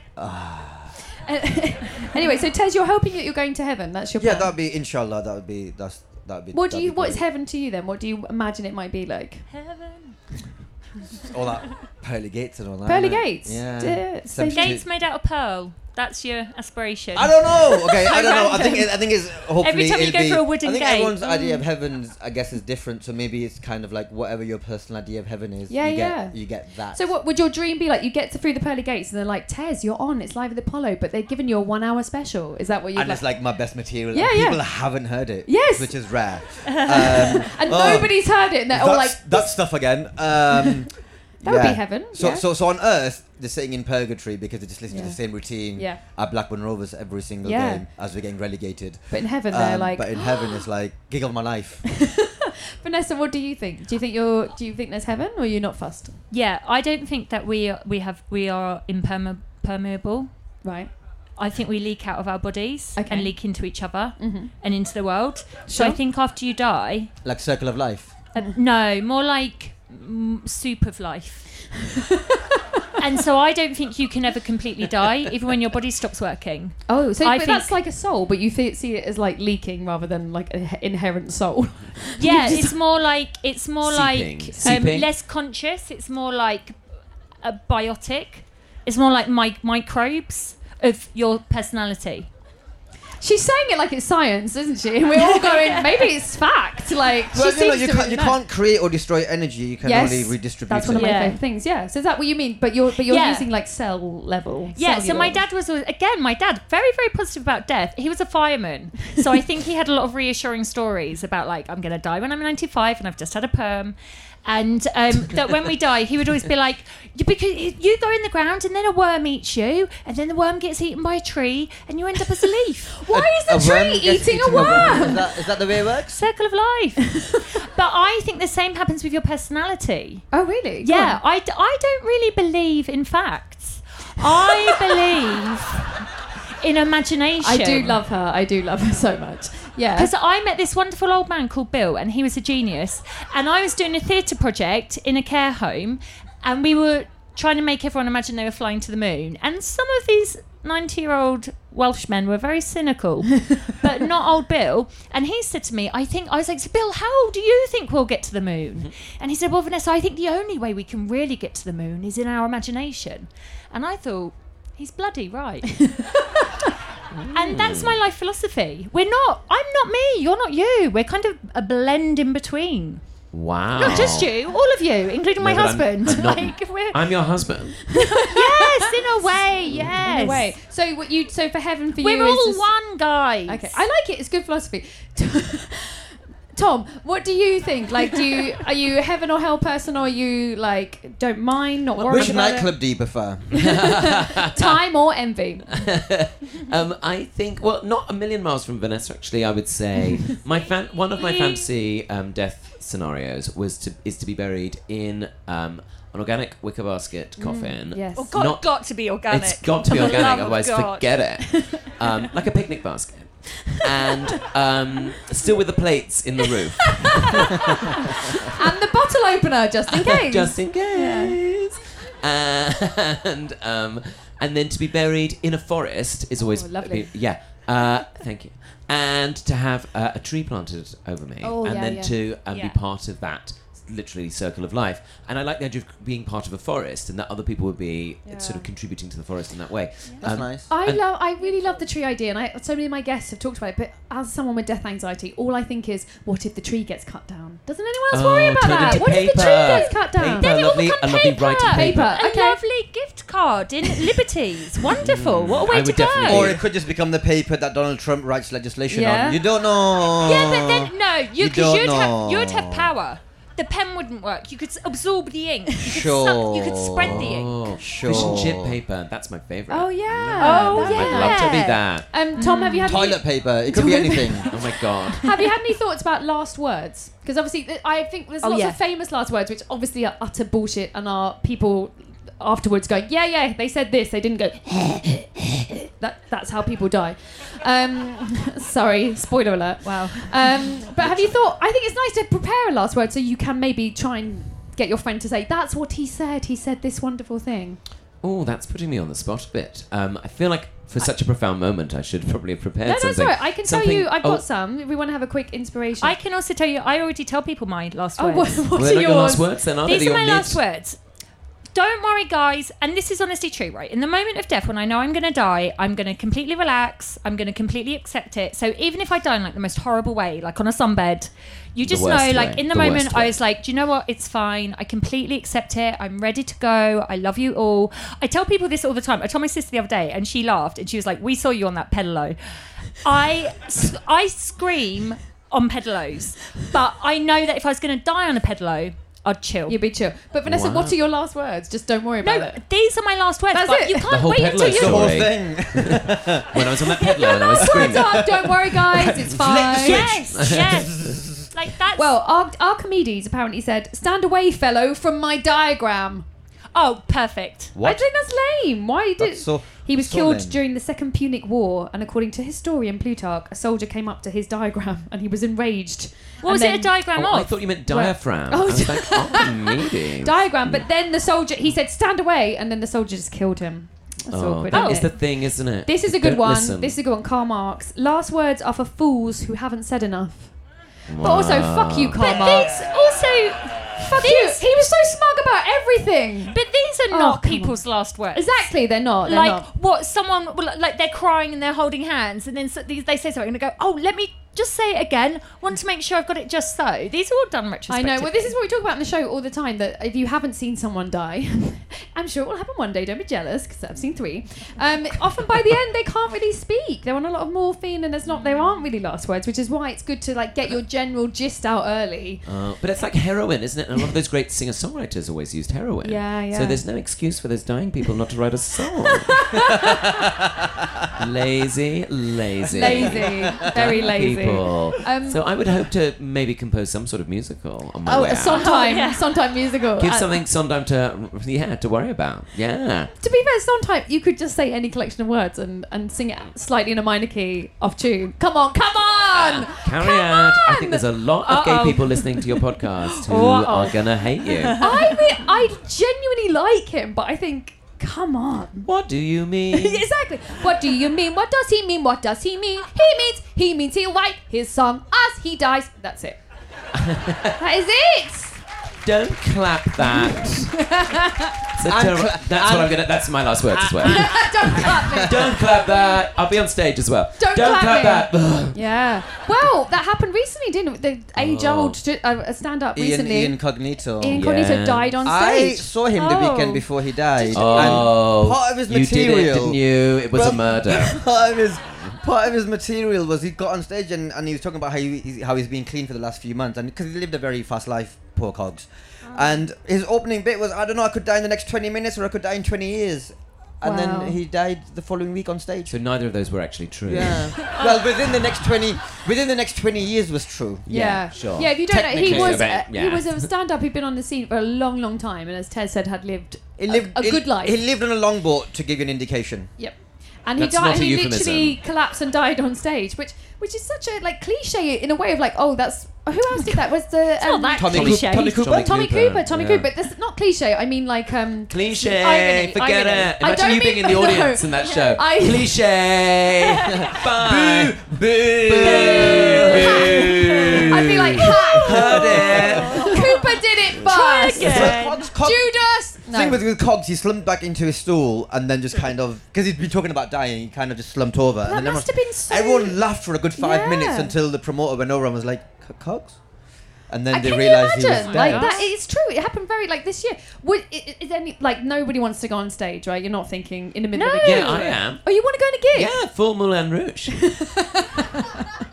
[SPEAKER 2] anyway, so Tez, you're hoping that you're going to heaven. That's your
[SPEAKER 7] Yeah,
[SPEAKER 2] plan.
[SPEAKER 7] that'd be inshallah. That would be that's that would be.
[SPEAKER 2] What do
[SPEAKER 7] that'd
[SPEAKER 2] you?
[SPEAKER 7] be
[SPEAKER 2] What is
[SPEAKER 7] great.
[SPEAKER 2] heaven to you then? What do you imagine it might be like?
[SPEAKER 5] Heaven.
[SPEAKER 7] All that pearly gates and all that.
[SPEAKER 2] Pearly
[SPEAKER 7] innit?
[SPEAKER 2] gates?
[SPEAKER 7] Yeah.
[SPEAKER 2] Dear, so
[SPEAKER 7] Some
[SPEAKER 5] Gates
[SPEAKER 7] shit.
[SPEAKER 5] made out of pearl. That's your aspiration.
[SPEAKER 7] I don't know. Okay, I don't know. I think it, I think it's hopefully
[SPEAKER 5] time you go
[SPEAKER 7] it'll be,
[SPEAKER 5] for a wooden
[SPEAKER 7] I think
[SPEAKER 5] gate.
[SPEAKER 2] Mm.
[SPEAKER 7] everyone's idea of heaven, I guess, is different. So maybe it's kind of like whatever your personal idea of heaven is.
[SPEAKER 2] Yeah,
[SPEAKER 7] you
[SPEAKER 2] yeah.
[SPEAKER 7] Get, you get that.
[SPEAKER 2] So what would your dream be like? You get to through the pearly gates and they're like, Tez, you're on. It's live at the Apollo, but they've given you a one-hour special. Is that what you?
[SPEAKER 7] And it's like my best material.
[SPEAKER 2] Yeah,
[SPEAKER 7] and
[SPEAKER 2] yeah.
[SPEAKER 7] People haven't heard it.
[SPEAKER 2] Yes.
[SPEAKER 7] Which is rare. Um, oh.
[SPEAKER 2] and
[SPEAKER 7] and
[SPEAKER 2] nobody's heard it, and they're all like,
[SPEAKER 7] that stuff again. Um,
[SPEAKER 2] That would be heaven,
[SPEAKER 7] So,
[SPEAKER 2] yeah.
[SPEAKER 7] so, so on Earth, they're sitting in purgatory because they just listen to
[SPEAKER 2] Yeah.
[SPEAKER 7] the same routine
[SPEAKER 2] Yeah.
[SPEAKER 7] at Blackburn Rovers every single
[SPEAKER 2] Yeah.
[SPEAKER 7] game as we're getting relegated.
[SPEAKER 2] But in heaven, they're like,
[SPEAKER 7] Um, but in heaven, it's like giggle my life.
[SPEAKER 2] Vanessa, what do you think? Do you think you're? Do you think there's heaven, or you're not fussed?
[SPEAKER 5] Yeah, I don't think that we we have we are impermeable.
[SPEAKER 2] Right.
[SPEAKER 5] I think we leak out of our bodies
[SPEAKER 2] Okay. Mm-hmm.
[SPEAKER 5] and leak into each other and into the world. So I
[SPEAKER 2] Sure.
[SPEAKER 5] think after you die,
[SPEAKER 7] like circle of life.
[SPEAKER 5] Uh, no, more like mm, soup of life. and so I don't think you can ever completely die, even when your body stops working.
[SPEAKER 2] Oh, so
[SPEAKER 5] I
[SPEAKER 2] but
[SPEAKER 5] think-
[SPEAKER 2] that's like a soul, but you th- see it as like leaking rather than like an inherent soul.
[SPEAKER 5] Yeah, it's more like it's more
[SPEAKER 6] Seeping.
[SPEAKER 5] like um,
[SPEAKER 6] Seeping.
[SPEAKER 5] less conscious. It's more like a biotic. It's more like mi- microbes of your personality.
[SPEAKER 2] She's saying it like it's science, isn't she? And we're all going, maybe it's fact. Like
[SPEAKER 7] Well,
[SPEAKER 2] she
[SPEAKER 7] you know,
[SPEAKER 2] seems
[SPEAKER 7] you,
[SPEAKER 2] to
[SPEAKER 7] can't,
[SPEAKER 2] really
[SPEAKER 7] you
[SPEAKER 2] know.
[SPEAKER 7] can't create or destroy energy. You can
[SPEAKER 2] Yes,
[SPEAKER 7] only redistribute
[SPEAKER 2] That's one of
[SPEAKER 7] it.
[SPEAKER 2] my
[SPEAKER 5] Yeah.
[SPEAKER 2] favorite things. Yeah. So is that what you mean? But you're but you're
[SPEAKER 5] Yeah.
[SPEAKER 2] using like cell level.
[SPEAKER 5] Yeah, so my
[SPEAKER 2] cellular.
[SPEAKER 5] dad was always, again, my dad, very, very positive about death. He was a fireman. So I think he had a lot of reassuring stories about, like, I'm going to die when I'm 95 and I've just had a perm. And um, that when we die, he would always be like, "You- because you go in the ground and then a worm eats you, and then the worm gets eaten by a tree, and you end up as a leaf.
[SPEAKER 2] Why is
[SPEAKER 7] A
[SPEAKER 2] the
[SPEAKER 7] worm
[SPEAKER 2] tree
[SPEAKER 7] gets
[SPEAKER 2] eating a
[SPEAKER 7] eaten by Is
[SPEAKER 2] worm?
[SPEAKER 7] that, is that the way it works?
[SPEAKER 5] Circle of life. but I think the same happens with your personality.
[SPEAKER 2] Oh really? Go
[SPEAKER 5] Yeah,
[SPEAKER 2] on.
[SPEAKER 5] I, d- I don't really believe in facts. I believe in imagination.
[SPEAKER 2] I do love her. I do love her so much. Yeah.
[SPEAKER 5] Because I met this wonderful old man called Bill, and he was a genius. And I was doing a theatre project in a care home, and we were trying to make everyone imagine they were flying to the moon. And some of these 90 year old Welshmen were very cynical, but not old Bill. And he said to me, I think, I was like, so Bill, how old do you think we'll get to the moon? And he said, Well, Vanessa, I think the only way we can really get to the moon is in our imagination. And I thought, He's bloody right. And that's my life philosophy. We're not, I'm not me, you're not you. We're kind of a blend in between.
[SPEAKER 6] Wow.
[SPEAKER 5] Not just you, all of you, including my
[SPEAKER 6] No, but I'm-
[SPEAKER 5] husband.
[SPEAKER 6] I'm not-
[SPEAKER 5] like, we're,
[SPEAKER 6] I'm your husband.
[SPEAKER 5] yes, in a way, yes.
[SPEAKER 2] No way. So what you? So for heaven for you
[SPEAKER 5] We're
[SPEAKER 2] is
[SPEAKER 5] all
[SPEAKER 2] just-
[SPEAKER 5] one, guys.
[SPEAKER 2] Okay, I like it. It's good philosophy. Tom, what do you think? Like, do you are you a heaven or hell person, or are you like don't mind, not worry
[SPEAKER 7] Which
[SPEAKER 2] about
[SPEAKER 7] nightclub do you prefer?
[SPEAKER 2] it? Time or envy?
[SPEAKER 6] Um, I think, well, not a million miles from Vanessa. Actually, I would say my fan, one of my fantasy um, death scenarios was to is to be buried in um, an organic wicker basket coffin.
[SPEAKER 2] yes. Oh,
[SPEAKER 5] Got,
[SPEAKER 6] Not-
[SPEAKER 5] got to be Mm, organic.
[SPEAKER 6] It's got to be
[SPEAKER 5] For the love
[SPEAKER 6] organic,
[SPEAKER 5] of
[SPEAKER 6] otherwise
[SPEAKER 5] God.
[SPEAKER 6] forget it. Um, like a picnic basket, and um, still with the plates in the roof,
[SPEAKER 2] And the bottle opener, just in case.
[SPEAKER 6] just in case. And um, and then to be buried in a forest is always
[SPEAKER 2] Oh, lovely.
[SPEAKER 6] yeah. Uh, thank you. And to have uh, a tree planted over me,
[SPEAKER 2] Oh,
[SPEAKER 6] and
[SPEAKER 2] yeah,
[SPEAKER 6] then
[SPEAKER 2] yeah.
[SPEAKER 6] to um,
[SPEAKER 5] Yeah.
[SPEAKER 6] be part of that literally circle of life. And I like the idea of being part of a forest, and that other people would be sort of contributing to the forest in that way.
[SPEAKER 7] That's
[SPEAKER 6] Um,
[SPEAKER 7] nice.
[SPEAKER 2] I
[SPEAKER 6] And-
[SPEAKER 2] love. I really love the tree idea, and I, so many of my guests have talked about it. But as someone with death anxiety, all I think is, what if the tree gets cut down? Doesn't anyone else worry
[SPEAKER 6] Oh,
[SPEAKER 2] about
[SPEAKER 6] turn
[SPEAKER 2] that?
[SPEAKER 6] into
[SPEAKER 2] What if the tree gets cut down?
[SPEAKER 6] Paper, lovely, a lovely writing paper.
[SPEAKER 2] Paper.
[SPEAKER 5] A
[SPEAKER 2] Okay.
[SPEAKER 5] lovely gift card in Liberties. Wonderful. What a way
[SPEAKER 6] Mm, I
[SPEAKER 5] to
[SPEAKER 6] would
[SPEAKER 5] go.
[SPEAKER 6] definitely-
[SPEAKER 7] Or it could just become the paper that Donald Trump writes legislation
[SPEAKER 2] Yeah.
[SPEAKER 7] on. You don't know.
[SPEAKER 5] Yeah, but then no, you
[SPEAKER 7] You
[SPEAKER 5] because
[SPEAKER 7] don't
[SPEAKER 5] you would have
[SPEAKER 7] know.
[SPEAKER 5] you'd have power. The pen wouldn't work. You could s- absorb the ink. You could suck, You could spread the ink.
[SPEAKER 6] Oh,
[SPEAKER 7] Sure.
[SPEAKER 6] Fish and chip paper. That's my favourite.
[SPEAKER 2] Oh yeah.
[SPEAKER 5] Oh,
[SPEAKER 2] That'd be
[SPEAKER 6] I'd
[SPEAKER 5] yeah.
[SPEAKER 6] love to be
[SPEAKER 5] yeah.
[SPEAKER 6] that.
[SPEAKER 2] Um, Tom, have you had any,
[SPEAKER 7] Toilet paper. It could be anything.
[SPEAKER 6] Oh my god.
[SPEAKER 2] have you had any thoughts about last words? Because obviously, th- I think there's
[SPEAKER 4] Oh,
[SPEAKER 2] lots
[SPEAKER 4] yeah.
[SPEAKER 2] of famous last words, which obviously are utter bullshit, and are people afterwards going, yeah, yeah, they said this, they didn't go. that that's how people die. Um, sorry, spoiler alert.
[SPEAKER 5] Wow.
[SPEAKER 2] Um, but have you thought? I think it's nice to prepare a last word so you can maybe try and get your friend to say, "That's what he said. He said this wonderful thing."
[SPEAKER 6] Oh, that's putting me on the spot a bit. Um, I feel like for such a profound moment, I should probably have prepared
[SPEAKER 2] No, that's
[SPEAKER 6] something.
[SPEAKER 2] all right. I can tell
[SPEAKER 6] Something-
[SPEAKER 2] you, I've
[SPEAKER 6] oh,
[SPEAKER 2] got some. If we want to have a quick inspiration,
[SPEAKER 5] I can also tell you, I already tell people my last
[SPEAKER 2] Oh,
[SPEAKER 5] words.
[SPEAKER 2] what, what
[SPEAKER 6] Well,
[SPEAKER 2] are
[SPEAKER 6] they're not your last
[SPEAKER 2] yours?
[SPEAKER 6] words then, are they?
[SPEAKER 5] These are
[SPEAKER 6] They're
[SPEAKER 5] my
[SPEAKER 6] your
[SPEAKER 5] last
[SPEAKER 6] lids.
[SPEAKER 5] words. Don't worry, guys. And this is honestly true, right? In the moment of death, when I know I'm going to die, I'm going to completely relax. I'm going to completely accept it. So even if I die in like the most horrible way, like on a sunbed, you just know,
[SPEAKER 6] worst
[SPEAKER 5] like
[SPEAKER 6] way.
[SPEAKER 5] in the,
[SPEAKER 6] The
[SPEAKER 5] moment,
[SPEAKER 6] worst
[SPEAKER 5] I
[SPEAKER 6] way.
[SPEAKER 5] was like, do you know what? It's fine. I completely accept it. I'm ready to go. I love you all. I tell people this all the time. I told my sister the other day, and she laughed, and she was like, "We saw you on that pedalo." I s- I scream on pedalos, but I know that if I was going to die on a pedalo, I'd chill.
[SPEAKER 2] You'd be chill. But Vanessa,
[SPEAKER 6] Wow.
[SPEAKER 2] what are your last words? Just don't worry about
[SPEAKER 5] No,
[SPEAKER 2] it.
[SPEAKER 5] these are my last words.
[SPEAKER 2] That's
[SPEAKER 5] but
[SPEAKER 2] it.
[SPEAKER 5] You
[SPEAKER 2] The
[SPEAKER 5] can't
[SPEAKER 6] The whole
[SPEAKER 5] wait
[SPEAKER 6] pedalo
[SPEAKER 5] until you.
[SPEAKER 7] the whole
[SPEAKER 6] story.
[SPEAKER 7] thing.
[SPEAKER 6] When I was on that pedalo and I was
[SPEAKER 2] Words
[SPEAKER 6] screaming.
[SPEAKER 2] are, don't worry, guys. It's fine.
[SPEAKER 5] Yes, yes. like that's.
[SPEAKER 2] Well, Ar- Archimedes apparently said, "Stand away, fellow, from my diagram."
[SPEAKER 5] oh, perfect.
[SPEAKER 2] I think that's lame. Why did
[SPEAKER 7] That's so-
[SPEAKER 2] he was
[SPEAKER 7] so
[SPEAKER 2] killed
[SPEAKER 7] lame.
[SPEAKER 2] during the Second Punic War? And according to historian Plutarch, a soldier came up to his diagram and he was enraged.
[SPEAKER 5] What
[SPEAKER 2] And
[SPEAKER 5] was
[SPEAKER 2] then-
[SPEAKER 5] it a diagram
[SPEAKER 6] Oh, I
[SPEAKER 5] of?
[SPEAKER 6] thought you meant diaphragm.
[SPEAKER 2] Oh,
[SPEAKER 6] I was like, oh, maybe.
[SPEAKER 2] Diagram, but then the soldier he said, "Stand away," and then the soldier just killed him. That's
[SPEAKER 6] Oh,
[SPEAKER 2] awkward.
[SPEAKER 6] that
[SPEAKER 2] isn't
[SPEAKER 6] is
[SPEAKER 2] it?
[SPEAKER 6] the thing, isn't it?
[SPEAKER 2] This is a good
[SPEAKER 6] Don't
[SPEAKER 2] one.
[SPEAKER 6] listen.
[SPEAKER 2] This is a good one. Karl Marx. Last words are for fools who haven't said enough. But also, fuck you, Karl
[SPEAKER 5] but
[SPEAKER 2] Marx.
[SPEAKER 5] these also.
[SPEAKER 2] Fuck you.
[SPEAKER 5] these-
[SPEAKER 2] He was so smug about everything.
[SPEAKER 5] But these are
[SPEAKER 2] Oh,
[SPEAKER 5] not
[SPEAKER 2] come
[SPEAKER 5] people's last words.
[SPEAKER 2] Exactly, they're not. They're
[SPEAKER 5] like
[SPEAKER 2] not.
[SPEAKER 5] what someone well, like they're crying and they're holding hands and then so, these- they say something and they go oh let me just say it again want to make sure i've got it just so these are all done
[SPEAKER 2] I
[SPEAKER 5] retrospectively
[SPEAKER 2] know. Well, this is what we talk about in the show all the time. That if you haven't seen someone die, I'm sure it will happen one day. Don't be jealous, because I've seen three. Um, often by the end, they can't really speak. They're on a lot of morphine, and there's not. There aren't really last words, which is why it's good to like get your general gist out early.
[SPEAKER 6] Uh, but it's like heroin, isn't it? And a lot of those great singer songwriters always used heroin.
[SPEAKER 2] Yeah, yeah.
[SPEAKER 6] So there's no excuse for those dying people not to write a song. lazy, lazy.
[SPEAKER 2] Lazy, very lazy.
[SPEAKER 6] People.
[SPEAKER 2] Um,
[SPEAKER 6] so I would hope to maybe compose some sort of musical on my
[SPEAKER 2] Oh,
[SPEAKER 6] way
[SPEAKER 2] a
[SPEAKER 6] out.
[SPEAKER 2] Sondheim,
[SPEAKER 5] Oh, yeah.
[SPEAKER 2] Sondheim musical.
[SPEAKER 6] Give
[SPEAKER 2] Uh,
[SPEAKER 6] something sometime to yeah to worry about. Yeah.
[SPEAKER 2] to be fair, Sondheim, you could just say any collection of words and, and sing it slightly in a minor key off tune. Come on, come on!
[SPEAKER 6] Carry
[SPEAKER 2] Come
[SPEAKER 6] out. I
[SPEAKER 2] on!
[SPEAKER 6] think there's a lot of
[SPEAKER 2] Uh-oh.
[SPEAKER 6] gay people listening to your podcast who
[SPEAKER 2] Uh-oh.
[SPEAKER 6] are gonna hate you.
[SPEAKER 2] I, re- I genuinely like him, but I think, come on.
[SPEAKER 6] what do you mean?
[SPEAKER 2] exactly. What do you mean? What does he mean? What does he mean? He means, he means he'll write his song as he dies. That's it. that is it!
[SPEAKER 6] Don't clap that. It's a terri-
[SPEAKER 7] cla-
[SPEAKER 6] that's what I'm gonna. That's my last words as
[SPEAKER 2] Uh,
[SPEAKER 6] well.
[SPEAKER 2] Don't cut me.
[SPEAKER 6] Don't clap that. I'll be on stage as well.
[SPEAKER 2] Don't clap it.
[SPEAKER 6] clap, that.
[SPEAKER 2] Yeah. Well, that happened recently, didn't it? The age old uh, stand up
[SPEAKER 7] Ian,
[SPEAKER 2] recently.
[SPEAKER 7] Ian Cognito.
[SPEAKER 2] Ian Cognito
[SPEAKER 6] Oh, Yeah.
[SPEAKER 2] died on
[SPEAKER 7] I
[SPEAKER 2] stage.
[SPEAKER 7] saw him the weekend before he died.
[SPEAKER 6] oh,
[SPEAKER 7] and um, part of his
[SPEAKER 6] you
[SPEAKER 7] material.
[SPEAKER 6] did it, didn't you? It was a
[SPEAKER 7] Well,
[SPEAKER 6] murder.
[SPEAKER 7] part of his part of his material was he got on stage and, and he was talking about how he, he's, how he's been clean for the last few months and because he lived a very fast life, poor Cogs.
[SPEAKER 2] Oh.
[SPEAKER 7] And his opening bit was, I don't know, I could die in the next twenty minutes or I could die in twenty years. And
[SPEAKER 2] Wow.
[SPEAKER 7] then he died the following week on stage.
[SPEAKER 6] So neither of those were actually true.
[SPEAKER 7] Yeah. well, within the next twenty, within the next twenty years was true.
[SPEAKER 2] Yeah,
[SPEAKER 6] sure.
[SPEAKER 2] Yeah, if you don't know, he
[SPEAKER 6] Technically,
[SPEAKER 2] was
[SPEAKER 6] yeah.
[SPEAKER 2] uh, he was a stand-up who'd been on the scene for a long, long time, and as Ted said, had lived
[SPEAKER 7] He
[SPEAKER 2] a-
[SPEAKER 7] lived
[SPEAKER 2] a,
[SPEAKER 7] he-
[SPEAKER 2] good life.
[SPEAKER 7] He lived on a longboat to give you an indication.
[SPEAKER 2] yep. And he
[SPEAKER 6] That's
[SPEAKER 2] died.
[SPEAKER 6] not
[SPEAKER 2] And
[SPEAKER 6] a
[SPEAKER 2] he
[SPEAKER 6] euphemism.
[SPEAKER 2] literally collapsed and died on stage, which which is such a like cliche in a way of like, oh, that's Who else did that? Was the um,
[SPEAKER 5] that
[SPEAKER 6] Tommy,
[SPEAKER 5] Cliche.
[SPEAKER 6] Coo- Tommy Cooper.
[SPEAKER 2] Tommy, Cooper? Tommy
[SPEAKER 6] yeah.
[SPEAKER 2] Cooper. But this is not cliche. I mean, like um,
[SPEAKER 6] Cliche.
[SPEAKER 2] Irony,
[SPEAKER 6] Forget
[SPEAKER 2] irony.
[SPEAKER 6] it.
[SPEAKER 2] I
[SPEAKER 6] Imagine
[SPEAKER 2] don't
[SPEAKER 6] you being in
[SPEAKER 2] mean-
[SPEAKER 6] the
[SPEAKER 2] no.
[SPEAKER 6] audience in that show.
[SPEAKER 2] I-
[SPEAKER 6] Cliche. Bye. Boo.
[SPEAKER 2] I'd be like, ha!
[SPEAKER 6] Heard it.
[SPEAKER 2] Cooper did it first.
[SPEAKER 7] Cogs, Cogs,
[SPEAKER 2] Judas. No.
[SPEAKER 7] Thing with, with Cogs, he slumped back into his stool and then just kind of because he'd been talking about dying, he kind of just slumped over. and
[SPEAKER 2] that
[SPEAKER 7] then
[SPEAKER 2] must have
[SPEAKER 7] everyone,
[SPEAKER 2] been so.
[SPEAKER 7] everyone laughed for a good five
[SPEAKER 2] Yeah.
[SPEAKER 7] minutes until the promoter went over and was like, "C- "Cogs," and then
[SPEAKER 2] I
[SPEAKER 7] they
[SPEAKER 2] can
[SPEAKER 7] realized
[SPEAKER 2] you
[SPEAKER 7] he was
[SPEAKER 2] imagine?
[SPEAKER 7] dead.
[SPEAKER 2] Like that, it's true. It happened very like this year. Would i- i- is any like nobody wants to go on stage, right? You're not thinking in the middle of a gig.
[SPEAKER 6] Yeah, I am.
[SPEAKER 2] Oh, you want to go on a gig?
[SPEAKER 6] Yeah, full Moulin Rouge.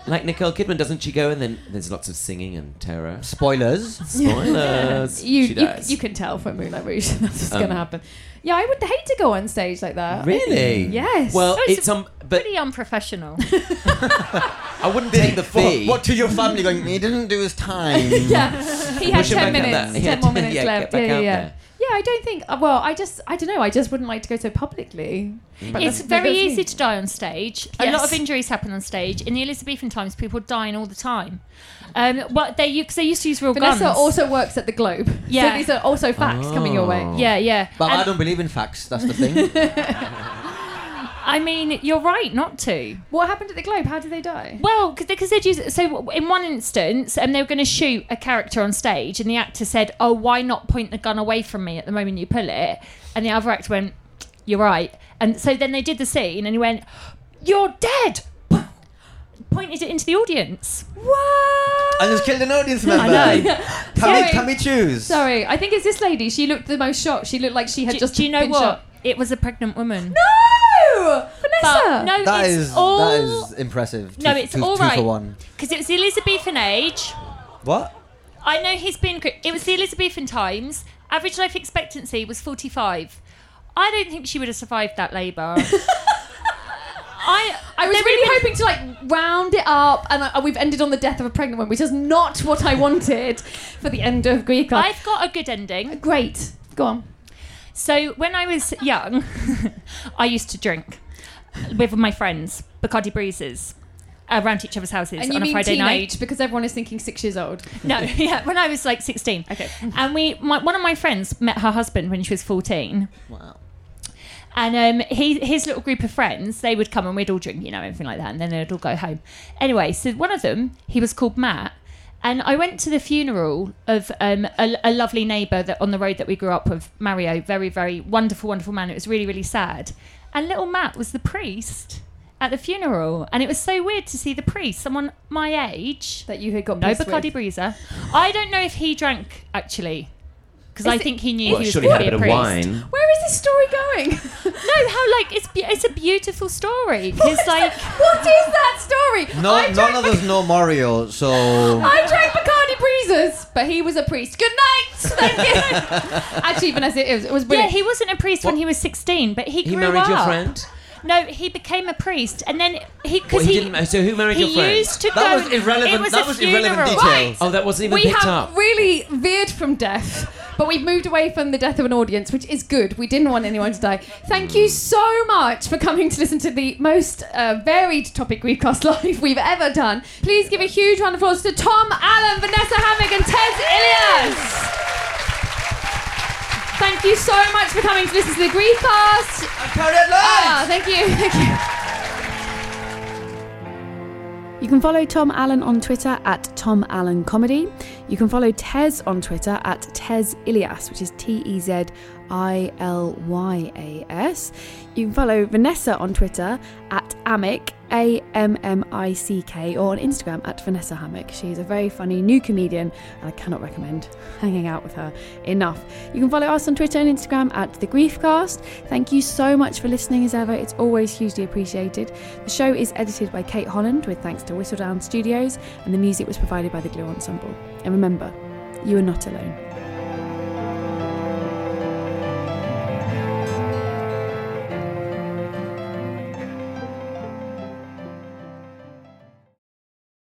[SPEAKER 6] like Nicole Kidman, doesn't she go and then there's lots of singing and terror?
[SPEAKER 7] Spoilers.
[SPEAKER 6] Spoilers.
[SPEAKER 2] You,
[SPEAKER 6] she
[SPEAKER 2] you,
[SPEAKER 6] dies.
[SPEAKER 2] you can tell from Moonlight Rouge that's what's
[SPEAKER 6] Um,
[SPEAKER 2] going to happen. Yeah, I would hate to go on stage like that.
[SPEAKER 6] Really?
[SPEAKER 2] Yes.
[SPEAKER 6] Well,
[SPEAKER 5] Oh, it's
[SPEAKER 6] it's um, but
[SPEAKER 5] Pretty unprofessional.
[SPEAKER 6] I wouldn't take the
[SPEAKER 7] What,
[SPEAKER 6] fee.
[SPEAKER 7] what to your family? Going, he didn't do his time.
[SPEAKER 2] yeah, he had
[SPEAKER 6] Push him
[SPEAKER 2] ten
[SPEAKER 6] back
[SPEAKER 2] minutes.
[SPEAKER 6] out there.
[SPEAKER 2] Ten
[SPEAKER 6] Yeah,
[SPEAKER 2] more minutes
[SPEAKER 6] yeah, get
[SPEAKER 2] left. Yeah,
[SPEAKER 6] back
[SPEAKER 2] yeah,
[SPEAKER 6] out
[SPEAKER 2] yeah.
[SPEAKER 6] there.
[SPEAKER 2] Yeah, I don't think. uh, Well, I just, I don't know. I just wouldn't like to go so publicly.
[SPEAKER 5] It's
[SPEAKER 2] that's-
[SPEAKER 5] very
[SPEAKER 2] that's me.
[SPEAKER 5] easy to die on stage. A lot
[SPEAKER 2] Yes.
[SPEAKER 5] of injuries happen on stage. In the Elizabethan times, people were dying all the time. Um, what they because they used to use real
[SPEAKER 2] Vanessa
[SPEAKER 5] guns.
[SPEAKER 2] also works at the Globe.
[SPEAKER 5] Yeah.
[SPEAKER 2] so these are also facts coming your way.
[SPEAKER 6] Oh.
[SPEAKER 5] yeah, yeah.
[SPEAKER 7] But I
[SPEAKER 5] And,
[SPEAKER 7] don't believe in facts. That's the thing.
[SPEAKER 5] I mean, you're right not to.
[SPEAKER 2] What happened at the Globe? How did they die?
[SPEAKER 5] Well, because they'd use so in one instance, and they were going to shoot a character on stage, and the actor said, "Oh, why not point the gun away from me at the moment you pull it?" And the other actor went, "You're right." And so then they did the scene, and he went, "You're dead." Pointed it into the audience.
[SPEAKER 2] What?
[SPEAKER 7] and just killed an audience member.
[SPEAKER 5] I know.
[SPEAKER 7] Can,
[SPEAKER 2] Sorry.
[SPEAKER 7] we, can we choose?
[SPEAKER 2] Sorry, I think it's this lady. She looked the most shocked. She looked like she had
[SPEAKER 5] Do,
[SPEAKER 2] just.
[SPEAKER 5] do you know
[SPEAKER 2] been
[SPEAKER 5] what?
[SPEAKER 2] Shot.
[SPEAKER 5] It was a pregnant woman.
[SPEAKER 2] No,
[SPEAKER 5] But
[SPEAKER 2] Vanessa.
[SPEAKER 5] no,
[SPEAKER 7] That
[SPEAKER 5] it's
[SPEAKER 7] is
[SPEAKER 5] all
[SPEAKER 7] that is impressive.
[SPEAKER 5] No,
[SPEAKER 7] Two-
[SPEAKER 5] it's
[SPEAKER 7] two-
[SPEAKER 5] all
[SPEAKER 7] two
[SPEAKER 5] right.
[SPEAKER 7] for one.
[SPEAKER 5] because it was the Elizabethan age.
[SPEAKER 7] What?
[SPEAKER 5] I know he's been. cri- It was the Elizabethan times. Average life expectancy was 45. I don't think she would have survived that labour. I
[SPEAKER 2] I was
[SPEAKER 5] there would
[SPEAKER 2] really
[SPEAKER 5] have been-
[SPEAKER 2] hoping to like round it up, and uh, we've ended on the death of a pregnant woman, which is not what I wanted for the end of Greek. life.
[SPEAKER 5] I've got a good ending.
[SPEAKER 2] Great. Go on.
[SPEAKER 5] So when I was young, I used to drink with my friends Bacardi breezes around each other's houses
[SPEAKER 2] And
[SPEAKER 5] on
[SPEAKER 2] you
[SPEAKER 5] a
[SPEAKER 2] mean
[SPEAKER 5] Friday night.
[SPEAKER 2] teenage because everyone is thinking six years old.
[SPEAKER 5] No, yeah, when I was like 16.
[SPEAKER 2] Okay.
[SPEAKER 5] And we, my, one of my friends met her husband when she was 14.
[SPEAKER 7] Wow.
[SPEAKER 5] And um, he, his little group of friends, they would come and we'd all drink, you know, everything like that. And then they'd all go home. Anyway, so one of them, he was called Matt. And I went to the funeral of um, a, a lovely neighbour that on the road that we grew up with, Mario. Very, very wonderful, wonderful man. It was really, really sad. And little Matt was the priest at the funeral, and it was so weird to see the priest, someone my age,
[SPEAKER 2] That you had got
[SPEAKER 5] no
[SPEAKER 2] pissed with.
[SPEAKER 5] Bacardi Breezer. I don't know if he drank actually, because
[SPEAKER 2] Is
[SPEAKER 5] I
[SPEAKER 2] it-
[SPEAKER 5] think he knew
[SPEAKER 6] Well,
[SPEAKER 5] he was
[SPEAKER 6] surely
[SPEAKER 5] going
[SPEAKER 6] had
[SPEAKER 5] to
[SPEAKER 6] a
[SPEAKER 5] be
[SPEAKER 6] bit
[SPEAKER 5] a
[SPEAKER 6] of
[SPEAKER 5] priest.
[SPEAKER 6] wine.
[SPEAKER 2] Where is this story going?
[SPEAKER 5] No, how like it's be- it's a beautiful story because like
[SPEAKER 2] what is that story?
[SPEAKER 7] No,
[SPEAKER 2] I
[SPEAKER 7] none
[SPEAKER 2] drank
[SPEAKER 7] of us know Mario, so
[SPEAKER 2] I drank Bacardi Breezers, but he was a priest. Good night. Thank you. Actually, Vanessa, it was, it was
[SPEAKER 5] yeah,
[SPEAKER 2] brilliant.
[SPEAKER 5] he wasn't a priest when he was sixteen, but he
[SPEAKER 6] He
[SPEAKER 5] grew
[SPEAKER 6] married
[SPEAKER 5] up.
[SPEAKER 6] your friend.
[SPEAKER 5] No, he became a priest, and then he because
[SPEAKER 6] Well, he,
[SPEAKER 5] he,
[SPEAKER 6] didn't. So who married your
[SPEAKER 5] he
[SPEAKER 6] friend?
[SPEAKER 5] used to
[SPEAKER 7] That
[SPEAKER 5] go.
[SPEAKER 7] was irrelevant-
[SPEAKER 5] It was
[SPEAKER 7] that
[SPEAKER 5] a
[SPEAKER 7] was
[SPEAKER 5] funeral.
[SPEAKER 7] irrelevant detail.
[SPEAKER 2] Right.
[SPEAKER 6] oh, that wasn't even
[SPEAKER 2] we
[SPEAKER 6] picked
[SPEAKER 2] have
[SPEAKER 6] up.
[SPEAKER 2] really veered from death, but we've moved away from the death of an audience, which is good. We didn't want anyone to die. Thank you so much for coming to listen to the most uh, varied topic recast live we've ever done. Please give a huge round of applause to Tom Allen, Vanessa Hammock, and Tez Ilias. Thank you so much for coming to listen to the Griefcast. Ah, thank you. Thank you. You can follow Tom Allen on Twitter at Tom Allen Comedy. You can follow Tez on Twitter at Tez Ilias, which is T E Z I L Y A S. You can follow Vanessa on Twitter at Amic, A M M I C K, or on Instagram at Vanessa Hammock. She is a very funny new comedian, and I cannot recommend hanging out with her enough. You can follow us on Twitter and Instagram at The Griefcast. Thank you so much for listening as ever. It's always hugely appreciated. The show is edited by Kate Holland with thanks to Whistledown Studios, and the music was provided by the Glue Ensemble. And remember, you are not alone.